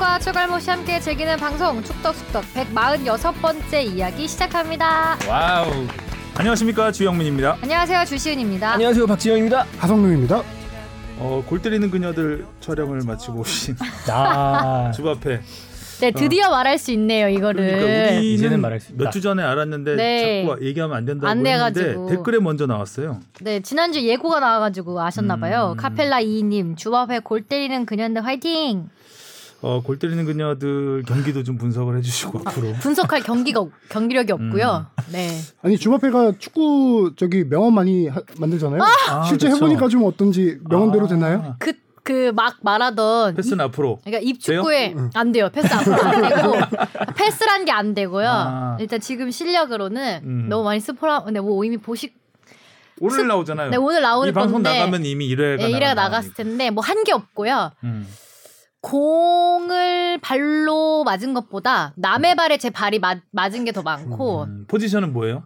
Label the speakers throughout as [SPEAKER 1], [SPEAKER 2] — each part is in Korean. [SPEAKER 1] 와 추갈모씨 함께 즐기는 방송 축덕숙덕 146번째 이야기 시작합니다.
[SPEAKER 2] 와우. 안녕하십니까 주영민입니다.
[SPEAKER 1] 안녕하세요 주시은입니다.
[SPEAKER 3] 안녕하세요 박지영입니다.
[SPEAKER 4] 하성룡입니다.
[SPEAKER 2] 어, 골 때리는 그녀들 촬영을 마치고 오신
[SPEAKER 3] 아,
[SPEAKER 2] 주 앞에.
[SPEAKER 1] 네 드디어 말할 수 있네요 이거를.
[SPEAKER 2] 그러니까 우리는
[SPEAKER 3] 이제는 말할 수 있다.
[SPEAKER 2] 몇 주 전에 알았는데
[SPEAKER 1] 네.
[SPEAKER 2] 자꾸 얘기하면 안 된다고
[SPEAKER 1] 안
[SPEAKER 2] 했는데
[SPEAKER 1] 돼가지고.
[SPEAKER 2] 댓글에 먼저 나왔어요.
[SPEAKER 1] 네 지난주 예고가 나와가지고 아셨나봐요.
[SPEAKER 2] 음.
[SPEAKER 1] 카펠라 이님 주합에 골 때리는 그녀인데 화이팅.
[SPEAKER 2] 어, 골 때리는 그녀들 경기도 좀 분석을
[SPEAKER 1] 아.
[SPEAKER 2] 해주시고 앞으로.
[SPEAKER 1] 분석할 경기가 경기력이 없고요.
[SPEAKER 2] 음.
[SPEAKER 1] 네.
[SPEAKER 4] 아니 주마페가 축구 저기 명언 많이 하- 만들잖아요.
[SPEAKER 2] 아,
[SPEAKER 4] 실제
[SPEAKER 2] 그쵸.
[SPEAKER 4] 해보니까 좀 어떤지 명언대로
[SPEAKER 2] 아,
[SPEAKER 4] 되나요?
[SPEAKER 1] 그 그 막 말하던
[SPEAKER 2] 패스는 음. 앞으로.
[SPEAKER 1] 그러니까 입축구에 안 돼요. 패스 앞으로 안 되고 패스란 게 안 되고요.
[SPEAKER 2] 아.
[SPEAKER 1] 일단 지금 실력으로는
[SPEAKER 2] 음.
[SPEAKER 1] 너무 많이 스포라. 근데 뭐 이미 보시.
[SPEAKER 2] 오늘
[SPEAKER 1] 습-
[SPEAKER 2] 나오잖아요.
[SPEAKER 1] 네 오늘 나오는
[SPEAKER 2] 이 방송
[SPEAKER 1] 건데
[SPEAKER 2] 나가면 이미 1회가
[SPEAKER 1] 예, 이래가 나갔을 텐데 뭐 한 게 없고요.
[SPEAKER 2] 음.
[SPEAKER 1] 공을 발로 맞은 것보다 남의 발에 제 발이 맞, 맞은 게 더 많고
[SPEAKER 2] 음, 포지션은 뭐예요?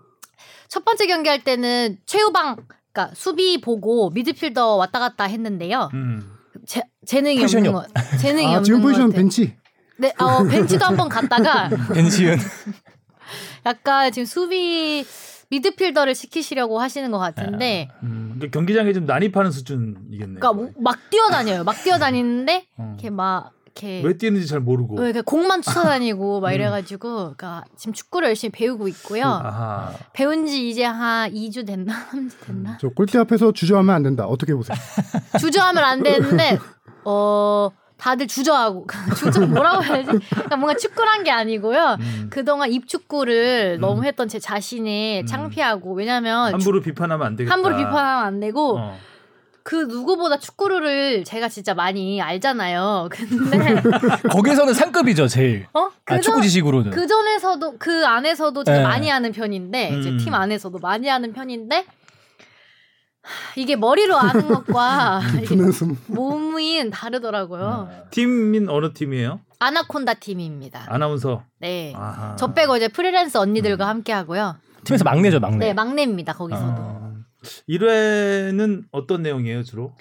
[SPEAKER 1] 첫 번째 경기 할 때는 최후방 그러니까 수비 보고 미드필더 왔다 갔다 했는데요.
[SPEAKER 2] 음.
[SPEAKER 1] 재, 재능이
[SPEAKER 3] 포지션이
[SPEAKER 1] 없는 것 재능이
[SPEAKER 4] 아,
[SPEAKER 1] 없는
[SPEAKER 4] 지금 포지션
[SPEAKER 1] 것 같아요.
[SPEAKER 4] 벤치.
[SPEAKER 1] 네, 어, 벤치도 한번 갔다가
[SPEAKER 3] 벤시윤.
[SPEAKER 1] 약간 지금 수비 미드필더를 시키시려고 하시는 것 같은데,
[SPEAKER 2] 음, 그러니까 경기장에 좀 난입하는 수준이겠네요.
[SPEAKER 1] 그러니까 뭐- 막 뛰어다녀요. 막 뛰어다니는데
[SPEAKER 2] 어.
[SPEAKER 1] 이렇게 막 이렇게
[SPEAKER 2] 왜 뛰는지 잘 모르고.
[SPEAKER 1] 왜 이렇게 공만 쫓아다니고 그 막 이래가지고, 그러니까 지금 축구를 열심히 배우고 있고요.
[SPEAKER 2] 음. 아하.
[SPEAKER 1] 배운 지 이제 한 2주 됐나 3주 됐나
[SPEAKER 4] 저 골대 앞에서 주저하면 안 된다. 어떻게 보세요?
[SPEAKER 2] 음.
[SPEAKER 1] 주저하면 안 되는데 어 다들 주저하고 주저 뭐라고 해야지? 그러니까 뭔가 축구란 게 아니고요.
[SPEAKER 2] 음.
[SPEAKER 1] 그동안 입축구를
[SPEAKER 2] 음.
[SPEAKER 1] 너무 했던 제 자신이
[SPEAKER 2] 음.
[SPEAKER 1] 창피하고 왜냐면
[SPEAKER 2] 함부로 비판하면 안 되겠다.
[SPEAKER 1] 아, 함부로 비판하면 안 되고
[SPEAKER 2] 어.
[SPEAKER 1] 그 누구보다 축구를 제가 진짜 많이 알잖아요. 근데
[SPEAKER 3] 거기서는 상급이죠 제일.
[SPEAKER 1] 어?
[SPEAKER 3] 아, 축구
[SPEAKER 1] 그전
[SPEAKER 2] 네.
[SPEAKER 3] 지식으로는.
[SPEAKER 1] 그 전에서도 그 안에서도 제가
[SPEAKER 3] 네.
[SPEAKER 1] 많이 하는 편인데 이제
[SPEAKER 2] 음.
[SPEAKER 1] 팀 안에서도 많이 하는 편인데 하, 이게 머리로 아는 것과 이게
[SPEAKER 4] 부는 숨.
[SPEAKER 1] 몸이 다르더라고요.
[SPEAKER 2] 어. 팀인 어느 팀이에요?
[SPEAKER 1] 아나콘다 팀입니다.
[SPEAKER 2] 네. 아나운서.
[SPEAKER 1] 네.
[SPEAKER 2] 아하. 음.
[SPEAKER 1] 저 빼고 이제 프리랜서 언니들과 함께 하고요.
[SPEAKER 3] 팀에서 막내죠 막내.
[SPEAKER 1] 네, 막내입니다. 거기서도.
[SPEAKER 2] 아. 1회는 어떤 내용이에요, 주로?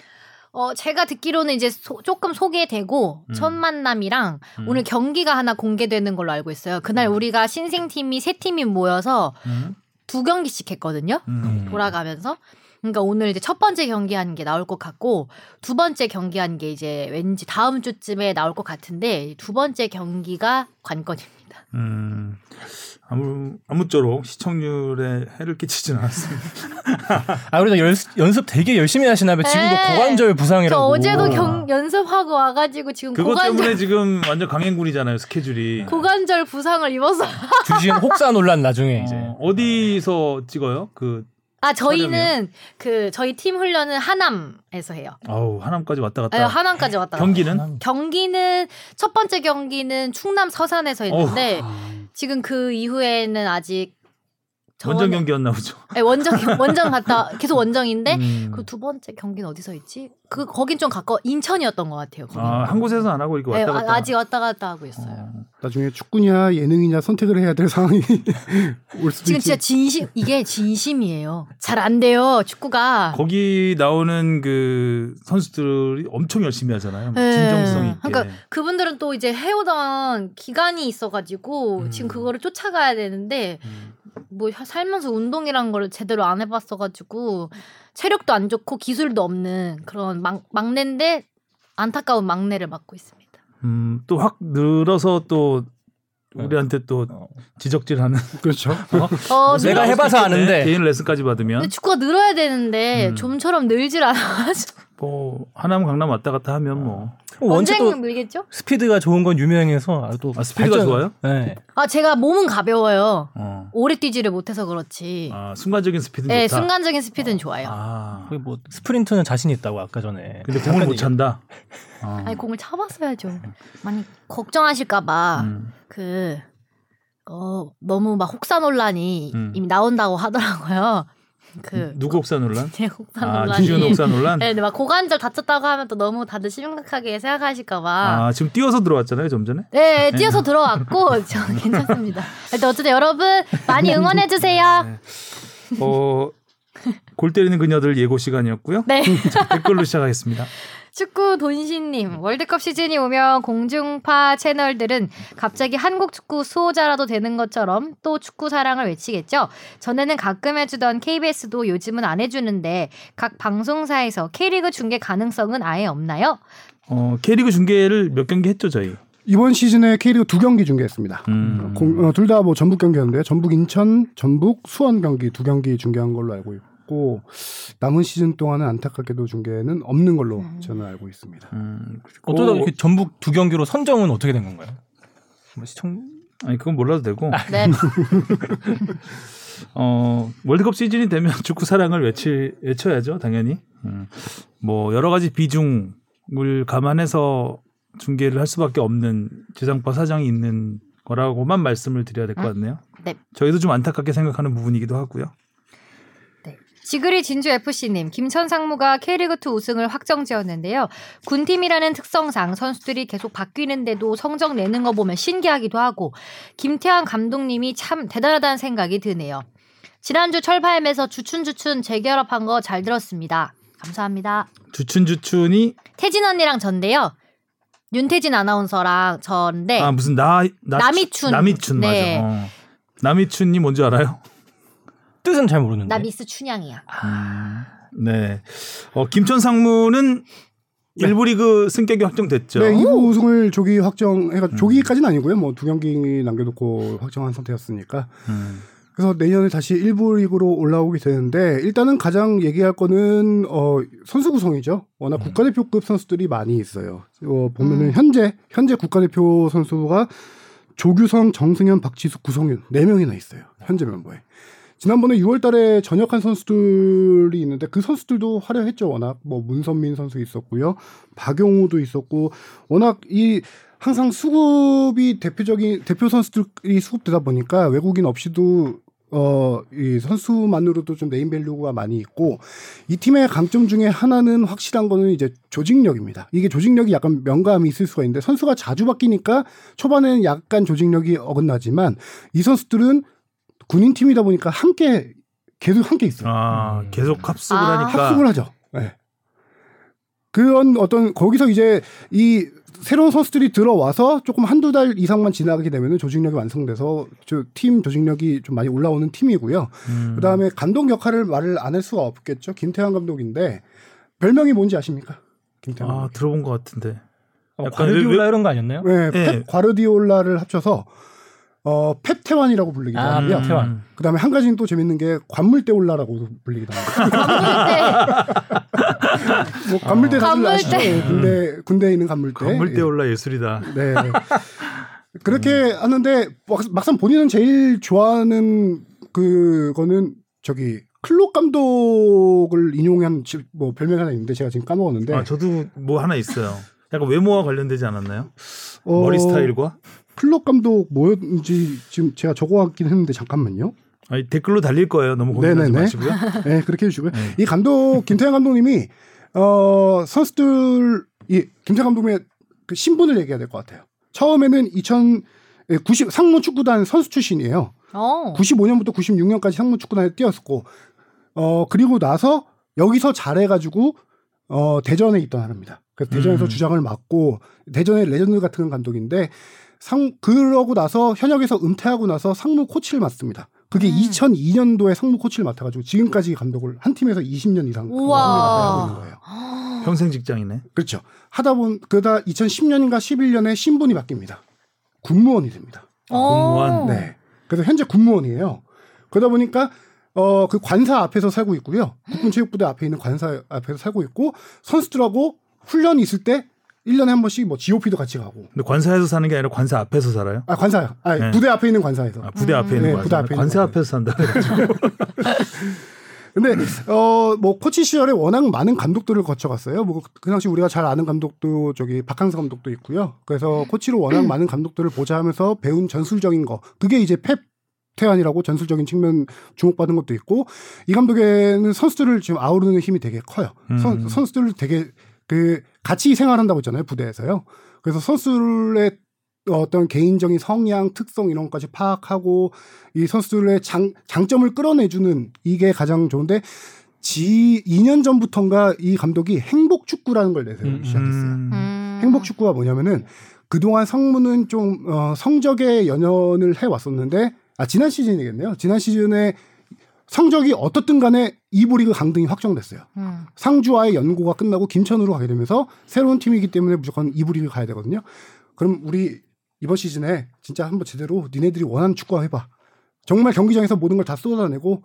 [SPEAKER 1] 어, 제가 듣기로는 이제 소- 조금 소개되고
[SPEAKER 2] 음.
[SPEAKER 1] 첫 만남이랑
[SPEAKER 2] 음.
[SPEAKER 1] 오늘 경기가 하나 공개되는 걸로 알고 있어요. 그날 우리가 신생팀이 세 팀이 모여서
[SPEAKER 2] 음.
[SPEAKER 1] 두 경기씩 했거든요.
[SPEAKER 2] 음.
[SPEAKER 1] 돌아가면서. 그러니까 오늘 이제 첫 번째 경기한 게 나올 것 같고 두 번째 경기한 게 이제 왠지 다음 주쯤에 나올 것 같은데 이두 번째 경기가 관건입니다.
[SPEAKER 2] 음. 아무 아무쪼록 시청률에 해를 끼치진 않았습니다.
[SPEAKER 3] 아 그래도 열, 연습 되게 열심히 하시나 봐요. 지금도
[SPEAKER 1] 네.
[SPEAKER 3] 고관절 부상이라고.
[SPEAKER 1] 저 어제도 경, 연습하고 와가지고 지금
[SPEAKER 2] 그것 때문에
[SPEAKER 1] 고관절
[SPEAKER 2] 지금 완전 강행군이잖아요, 스케줄이. 어.
[SPEAKER 1] 고관절 부상을 입어서
[SPEAKER 3] 주지훈 혹사 논란
[SPEAKER 1] 네.
[SPEAKER 3] 나중에 이제.
[SPEAKER 2] 어, 어디서 찍어요? 그
[SPEAKER 1] 아 저희는 그 저희 팀 훈련은 하남에서 해요.
[SPEAKER 2] 아우 하남까지 왔다
[SPEAKER 1] 아,
[SPEAKER 2] 갔다.
[SPEAKER 1] 하남까지 왔다. 갔다.
[SPEAKER 2] 경기는
[SPEAKER 1] 경기는 첫 번째 경기는 충남 서산에서 했는데
[SPEAKER 2] 어후.
[SPEAKER 1] 지금 그 이후에는 아직
[SPEAKER 2] 원정
[SPEAKER 1] 저번에-
[SPEAKER 2] 경기였나 보죠.
[SPEAKER 1] 네, 원정 경- 원정 갔다 계속 원정인데
[SPEAKER 2] 음.
[SPEAKER 1] 그 두 번째 경기는 어디서 했지? 그 거긴 좀 가까워 인천이었던 것 같아요. 거긴.
[SPEAKER 2] 아, 한 곳에서 안 하고 이렇게
[SPEAKER 1] 네,
[SPEAKER 2] 왔다
[SPEAKER 1] 아-
[SPEAKER 2] 갔다.
[SPEAKER 1] 아직 왔다 갔다 하고 있어요.
[SPEAKER 2] 어.
[SPEAKER 4] 나중에 축구냐 예능이냐 선택을 해야 될 상황이 올 수도
[SPEAKER 1] 지금
[SPEAKER 4] 있지.
[SPEAKER 1] 진짜 진심 이게 진심이에요. 잘 안 돼요 축구가.
[SPEAKER 2] 거기 나오는 그 선수들이 엄청 열심히 하잖아요. 뭐
[SPEAKER 1] 네.
[SPEAKER 2] 음, 진정성 있게.
[SPEAKER 1] 그러니까 그분들은 또 이제 해오던 기간이 있어가지고
[SPEAKER 2] 음.
[SPEAKER 1] 지금 그거를 쫓아가야 되는데
[SPEAKER 2] 음.
[SPEAKER 1] 뭐 혀- 살면서 운동이란 걸 제대로 안 해봤어가지고 체력도 안 좋고 기술도 없는 그런 막, 막내인데 안타까운 막내를 맡고 있습니다.
[SPEAKER 2] 음, 또 확 늘어서 또 우리한테 또
[SPEAKER 3] 어.
[SPEAKER 2] 지적질하는.
[SPEAKER 4] 그렇죠.
[SPEAKER 2] 뭐
[SPEAKER 1] 어, 늘어-
[SPEAKER 3] 내가 해봐서 아는데.
[SPEAKER 2] 개인 레슨까지 받으면
[SPEAKER 1] 근데 축구가 늘어야 되는데
[SPEAKER 2] 음.
[SPEAKER 1] 좀처럼 늘질 않아가지고
[SPEAKER 2] 뭐 하남 강남 왔다 갔다 하면 뭐
[SPEAKER 3] 원체
[SPEAKER 1] 언젠가
[SPEAKER 3] 또
[SPEAKER 1] 늘겠죠?
[SPEAKER 3] 스피드가 좋은 건 유명해서 아, 또
[SPEAKER 2] 아, 스피드가
[SPEAKER 3] 발전-
[SPEAKER 2] 좋아요?
[SPEAKER 3] 네.
[SPEAKER 1] 아 제가 몸은 가벼워요.
[SPEAKER 2] 어.
[SPEAKER 1] 오래 뛰지를 못해서 그렇지.
[SPEAKER 2] 아, 순간적인 스피드는
[SPEAKER 1] 네,
[SPEAKER 2] 좋다.
[SPEAKER 1] 순간적인 스피드는 좋아요.
[SPEAKER 2] 아.
[SPEAKER 3] 거기 뭐 스프린트는 자신 있다고 아까 전에.
[SPEAKER 2] 근데 공을 못 찬다. 어.
[SPEAKER 1] 아니 공을 잡았어야죠. 많이 걱정하실까봐
[SPEAKER 2] 음.
[SPEAKER 1] 그 어, 너무 막 혹사 논란이
[SPEAKER 2] 음.
[SPEAKER 1] 이미 나온다고 하더라고요. 그
[SPEAKER 2] 누구 혹사 논란?
[SPEAKER 1] 제 혹사
[SPEAKER 2] 아,
[SPEAKER 1] 논란이
[SPEAKER 2] 지준 혹사 논란.
[SPEAKER 1] 네, 근데 막 고관절 다쳤다고 하면 또 너무 다들 심각하게 생각하실까봐.
[SPEAKER 2] 아, 지금 뛰어서 들어왔잖아요, 좀 전에.
[SPEAKER 1] 네, 뛰어서 들어왔고, 저 괜찮습니다. 근데 어쨌든 여러분, 많이
[SPEAKER 2] 네.
[SPEAKER 1] 응원해주세요.
[SPEAKER 2] 어, 골 때리는 그녀들 예고 시간이었고요.
[SPEAKER 1] 네.
[SPEAKER 2] 댓글로 시작하겠습니다.
[SPEAKER 1] 축구 돈신님 월드컵 시즌이 오면 공중파 채널들은 갑자기 한국 축구 수호자라도 되는 것처럼 또 축구 사랑을 외치겠죠. 전에는 가끔 해주던 KBS도 요즘은 안 해주는데 각 방송사에서 K리그 중계 가능성은 아예 없나요?
[SPEAKER 2] 어, K리그 중계를 몇 경기 했죠 저희.
[SPEAKER 4] 이번 시즌에 K리그 두 경기 중계했습니다.
[SPEAKER 2] 음.
[SPEAKER 4] 둘 다 뭐 전북 경기였는데 전북 인천, 전북 수원 경기 두 경기 중계한 걸로 알고 있고 남은 시즌 동안은 안타깝게도 중계는 없는 걸로
[SPEAKER 1] 음.
[SPEAKER 4] 저는 알고 있습니다.
[SPEAKER 2] 음, 그리고-
[SPEAKER 3] 어쩌다 이렇게 전북 두 경기로 선정은 어떻게 된 건가요? 뭐 시청
[SPEAKER 2] 아니 그건 몰라도 되고
[SPEAKER 1] 네.
[SPEAKER 2] 어, 월드컵 시즌이 되면 축구 사랑을 외치, 외쳐야죠 당연히. 음. 뭐 여러 가지 비중을 감안해서 중계를 할 수밖에 없는 지상파 사정이 있는 거라고만 말씀을 드려야 될 것 같네요.
[SPEAKER 1] 네.
[SPEAKER 2] 저희도 좀 안타깝게 생각하는 부분이기도 하고요.
[SPEAKER 1] 지그리 진주 FC님 김천 상무가 K리그2 우승을 확정지었는데요. 군팀이라는 특성상 선수들이 계속 바뀌는데도 성적 내는 거 보면 신기하기도 하고 김태환 감독님이 참 대단하다는 생각이 드네요. 지난주 철파엠에서 주춘주춘 재결합한 거 잘 들었습니다. 감사합니다.
[SPEAKER 2] 주춘주춘이
[SPEAKER 1] 태진 언니랑 전데요. 윤태진 아나운서랑 전데
[SPEAKER 2] 아 무슨 나,
[SPEAKER 1] 네.
[SPEAKER 2] 나
[SPEAKER 1] 남이춘.
[SPEAKER 2] 남이춘 맞아.
[SPEAKER 1] 네.
[SPEAKER 2] 어. 남이춘이 뭔지 알아요?
[SPEAKER 3] 뜻은 잘 모르는데.
[SPEAKER 1] 나 미스 춘향이야. 아.
[SPEAKER 2] 네. 어, 김천 상무는
[SPEAKER 1] 네.
[SPEAKER 2] 일부 리그 승격이 확정됐죠.
[SPEAKER 4] 네, 2부 우승을 조기 확정해가 조기까지는 아니고요. 뭐 두 경기 남겨놓고 확정한 상태였으니까.
[SPEAKER 2] 음.
[SPEAKER 4] 그래서 내년에 다시 1부 리그로 올라오게 되는데 일단은 가장 얘기할 거는 어 선수 구성이죠. 워낙 국가대표급 선수들이 많이 있어요. 어 보면은
[SPEAKER 1] 음.
[SPEAKER 4] 현재 현재 국가대표 선수가 조규성, 정승현, 박지숙, 구성윤 네 명이나 있어요. 현재 멤버에. 지난번에 6월달에 전역한 선수들이 있는데 그 선수들도 화려했죠 워낙 뭐 문선민 선수 있었고요 박용우도 있었고 워낙 이 항상 수급이 대표적인 대표 선수들이 수급되다 보니까 외국인 없이도 어 이 선수만으로도 좀 네임밸류가 많이 있고 이 팀의 강점 중에 하나는 확실한 거는 이제 조직력입니다. 이게 조직력이 약간 명감이 있을 수가 있는데 선수가 자주 바뀌니까 초반에는 약간 조직력이 어긋나지만 이 선수들은 군인 팀이다 보니까 함께 계속 함께 있어요.
[SPEAKER 2] 아, 계속 합숙을
[SPEAKER 1] 아.
[SPEAKER 2] 하니까.
[SPEAKER 4] 음. 합숙을 하죠. 예. 그런 어떤 거기서 이제 이 새로운 선수들이 들어와서 조금 한두 달 이상만 지나게 되면 조직력이 완성돼서 저 팀 조직력이 좀 많이 올라오는 팀이고요.
[SPEAKER 2] 음.
[SPEAKER 4] 그다음에 감독 역할을 말을 안 할 수가 없겠죠. 김태환 감독인데 별명이 뭔지 아십니까? 네, 김태환.
[SPEAKER 2] 아,
[SPEAKER 4] 감독.
[SPEAKER 2] 들어본 것 같은데.
[SPEAKER 3] 어,
[SPEAKER 2] 약간
[SPEAKER 3] 과르디올라 이런 거 아니었나요?
[SPEAKER 4] 네,
[SPEAKER 2] 예.
[SPEAKER 4] 펩 과르디올라를 합쳐서 어, 펩태환이라고 불리기도
[SPEAKER 3] 아,
[SPEAKER 4] 하고요.
[SPEAKER 3] 펩태환.
[SPEAKER 4] 그다음에 한 가지는 또 재밌는 게 관물대올라라고 불리기도 합니다.
[SPEAKER 1] 감독님
[SPEAKER 4] 뭐
[SPEAKER 2] 아.
[SPEAKER 4] 관물대 사실
[SPEAKER 1] 관물대.
[SPEAKER 4] 아시죠?
[SPEAKER 2] 음.
[SPEAKER 4] 예, 군대 군대에 있는 관물대.
[SPEAKER 2] 건물대
[SPEAKER 4] 예.
[SPEAKER 2] 올라 예술이다.
[SPEAKER 4] 네. 그렇게 하는데 막- 막상 본인은 제일 좋아하는 그거는 저기 클록 감독을 인용한 지- 뭐 별명 하나 있는데 제가 지금 까먹었는데
[SPEAKER 2] 아, 저도 뭐 하나 있어요. 약간 외모와 관련되지 않았나요?
[SPEAKER 4] 어,
[SPEAKER 2] 머리 스타일과?
[SPEAKER 4] 클록 감독 뭐였는지 지금 제가 적어왔긴 했는데 잠깐만요.
[SPEAKER 2] 아니, 댓글로 달릴 거예요. 너무 고민하지
[SPEAKER 4] 네네네.
[SPEAKER 2] 마시고요.
[SPEAKER 4] 네, 그렇게 해주시고요. 이 감독 김태형 감독님이 어, 선수들 이 김태형 감독의 그 신분을 얘기해야 될 것 같아요. 처음에는 2090 상무 축구단 선수 출신이에요.
[SPEAKER 1] 어.
[SPEAKER 4] 95년부터 96년까지 상무 축구단에 뛰었었고 어 그리고 나서 여기서 잘해가지고 어 대전에 있던 사람입니다. 그래서 대전에서
[SPEAKER 2] 음.
[SPEAKER 4] 주장을 맡고 대전의 레전드 같은 감독인데 상 그러고 나서 현역에서 은퇴하고 나서 상무 코치를 맡습니다. 그게
[SPEAKER 1] 음.
[SPEAKER 4] 2002년도에 상무 코치를 맡아가지고 지금까지 감독을 한 팀에서 20년 이상 감독을
[SPEAKER 1] 우와.
[SPEAKER 4] 맡고 있는 거예요.
[SPEAKER 2] 평생 직장이네.
[SPEAKER 4] 그렇죠. 하다 본 그다 2010년인가 11년에 신분이 바뀝니다. 군무원이 됩니다.
[SPEAKER 1] 어.
[SPEAKER 2] 공무원.
[SPEAKER 4] 네. 그래서 현재 군무원이에요. 그러다 보니까 어, 그 관사 앞에서 살고 있고요. 국군체육부대 앞에 있는 관사 앞에서 살고 있고 선수들하고 훈련이 있을 때 1년에 한 번씩 뭐 GOP도 같이 가고.
[SPEAKER 2] 근데 관사에서 사는 게 아니라 관사 앞에서 살아요?
[SPEAKER 4] 아, 관사요. 아,
[SPEAKER 2] 네.
[SPEAKER 4] 부대 앞에 있는 관사에서.
[SPEAKER 2] 아, 부대 앞에 있는
[SPEAKER 4] 네,
[SPEAKER 2] 거야.
[SPEAKER 4] 부대 앞에 있는
[SPEAKER 2] 관사
[SPEAKER 4] 거예요. 네,
[SPEAKER 2] 앞에서 산다. 그래가지고.
[SPEAKER 4] 근데 어, 뭐 코치 시절에 워낙 많은 감독들을 거쳐갔어요. 뭐 그 당시 우리가 잘 아는 감독도 저기 박항서 감독도 있고요. 그래서 코치로
[SPEAKER 2] 음.
[SPEAKER 4] 워낙 많은 감독들을 보좌하면서 배운 전술적인 거. 그게 이제 펩 태환이라고 전술적인 측면 주목받은 것도 있고 이 감독에는 선수들을 지금 아우르는 힘이 되게 커요. 선,
[SPEAKER 2] 음.
[SPEAKER 4] 선수들을 되게 그 같이 생활한다고 했잖아요 부대에서요. 그래서 선수들의 어떤 개인적인 성향, 특성 이런 것까지 파악하고 이 선수들의 장, 장점을 끌어내주는 이게 가장 좋은데 지 2년 전부터인가 이 감독이 행복 축구라는 걸 내세우기
[SPEAKER 3] 음,
[SPEAKER 4] 시작했어요.
[SPEAKER 1] 음.
[SPEAKER 4] 행복 축구가 뭐냐면은 그동안 성문은 좀 어, 성적에 연연을 해 왔었는데 아 지난 시즌이겠네요. 지난 시즌에 성적이 어떻든 간에 이부 리그 강등이 확정됐어요.
[SPEAKER 1] 음.
[SPEAKER 4] 상주와의 연고가 끝나고 김천으로 가게 되면서 새로운 팀이기 때문에 무조건 이부 리그 가야 되거든요. 그럼 우리 이번 시즌에 진짜 한번 제대로 니네들이 원하는 축구화 해봐. 정말 경기장에서 모든 걸 다 쏟아내고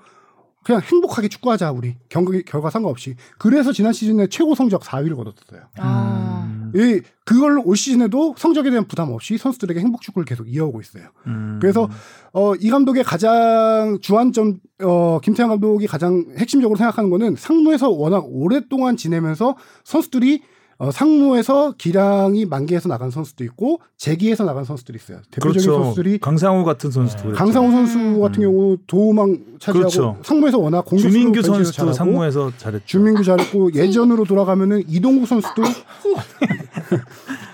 [SPEAKER 4] 그냥 행복하게 축구하자 우리 경기 결과 상관없이. 그래서 지난 시즌에 최고 성적 4위를 거뒀어요.
[SPEAKER 2] 음.
[SPEAKER 1] 아.
[SPEAKER 4] 이 그걸로 올 시즌에도 성적에 대한 부담 없이 선수들에게 행복 축구를 계속 이어오고 있어요.
[SPEAKER 2] 음.
[SPEAKER 4] 그래서 어, 이 감독의 가장 주안점 어, 김태형 감독이 가장 핵심적으로 생각하는 거는 상무에서 워낙 오랫동안 지내면서 선수들이 어, 상무에서 기량이 만개해서 나간 선수도 있고 재기에서 나간 선수들이 있어요. 대표적인
[SPEAKER 2] 그렇죠.
[SPEAKER 4] 선수들이 네.
[SPEAKER 2] 강상우 같은 선수도 그랬죠.
[SPEAKER 4] 강상호 선수
[SPEAKER 1] 음.
[SPEAKER 4] 같은 경우 도우망 차지하고
[SPEAKER 2] 그렇죠.
[SPEAKER 4] 상무에서 워낙 공격수
[SPEAKER 2] 주민규
[SPEAKER 4] 벤치에서
[SPEAKER 2] 선수도
[SPEAKER 4] 잘하고
[SPEAKER 2] 상무에서 잘했죠.
[SPEAKER 4] 주민규 잘했고 예전으로 돌아가면은 이동국 선수도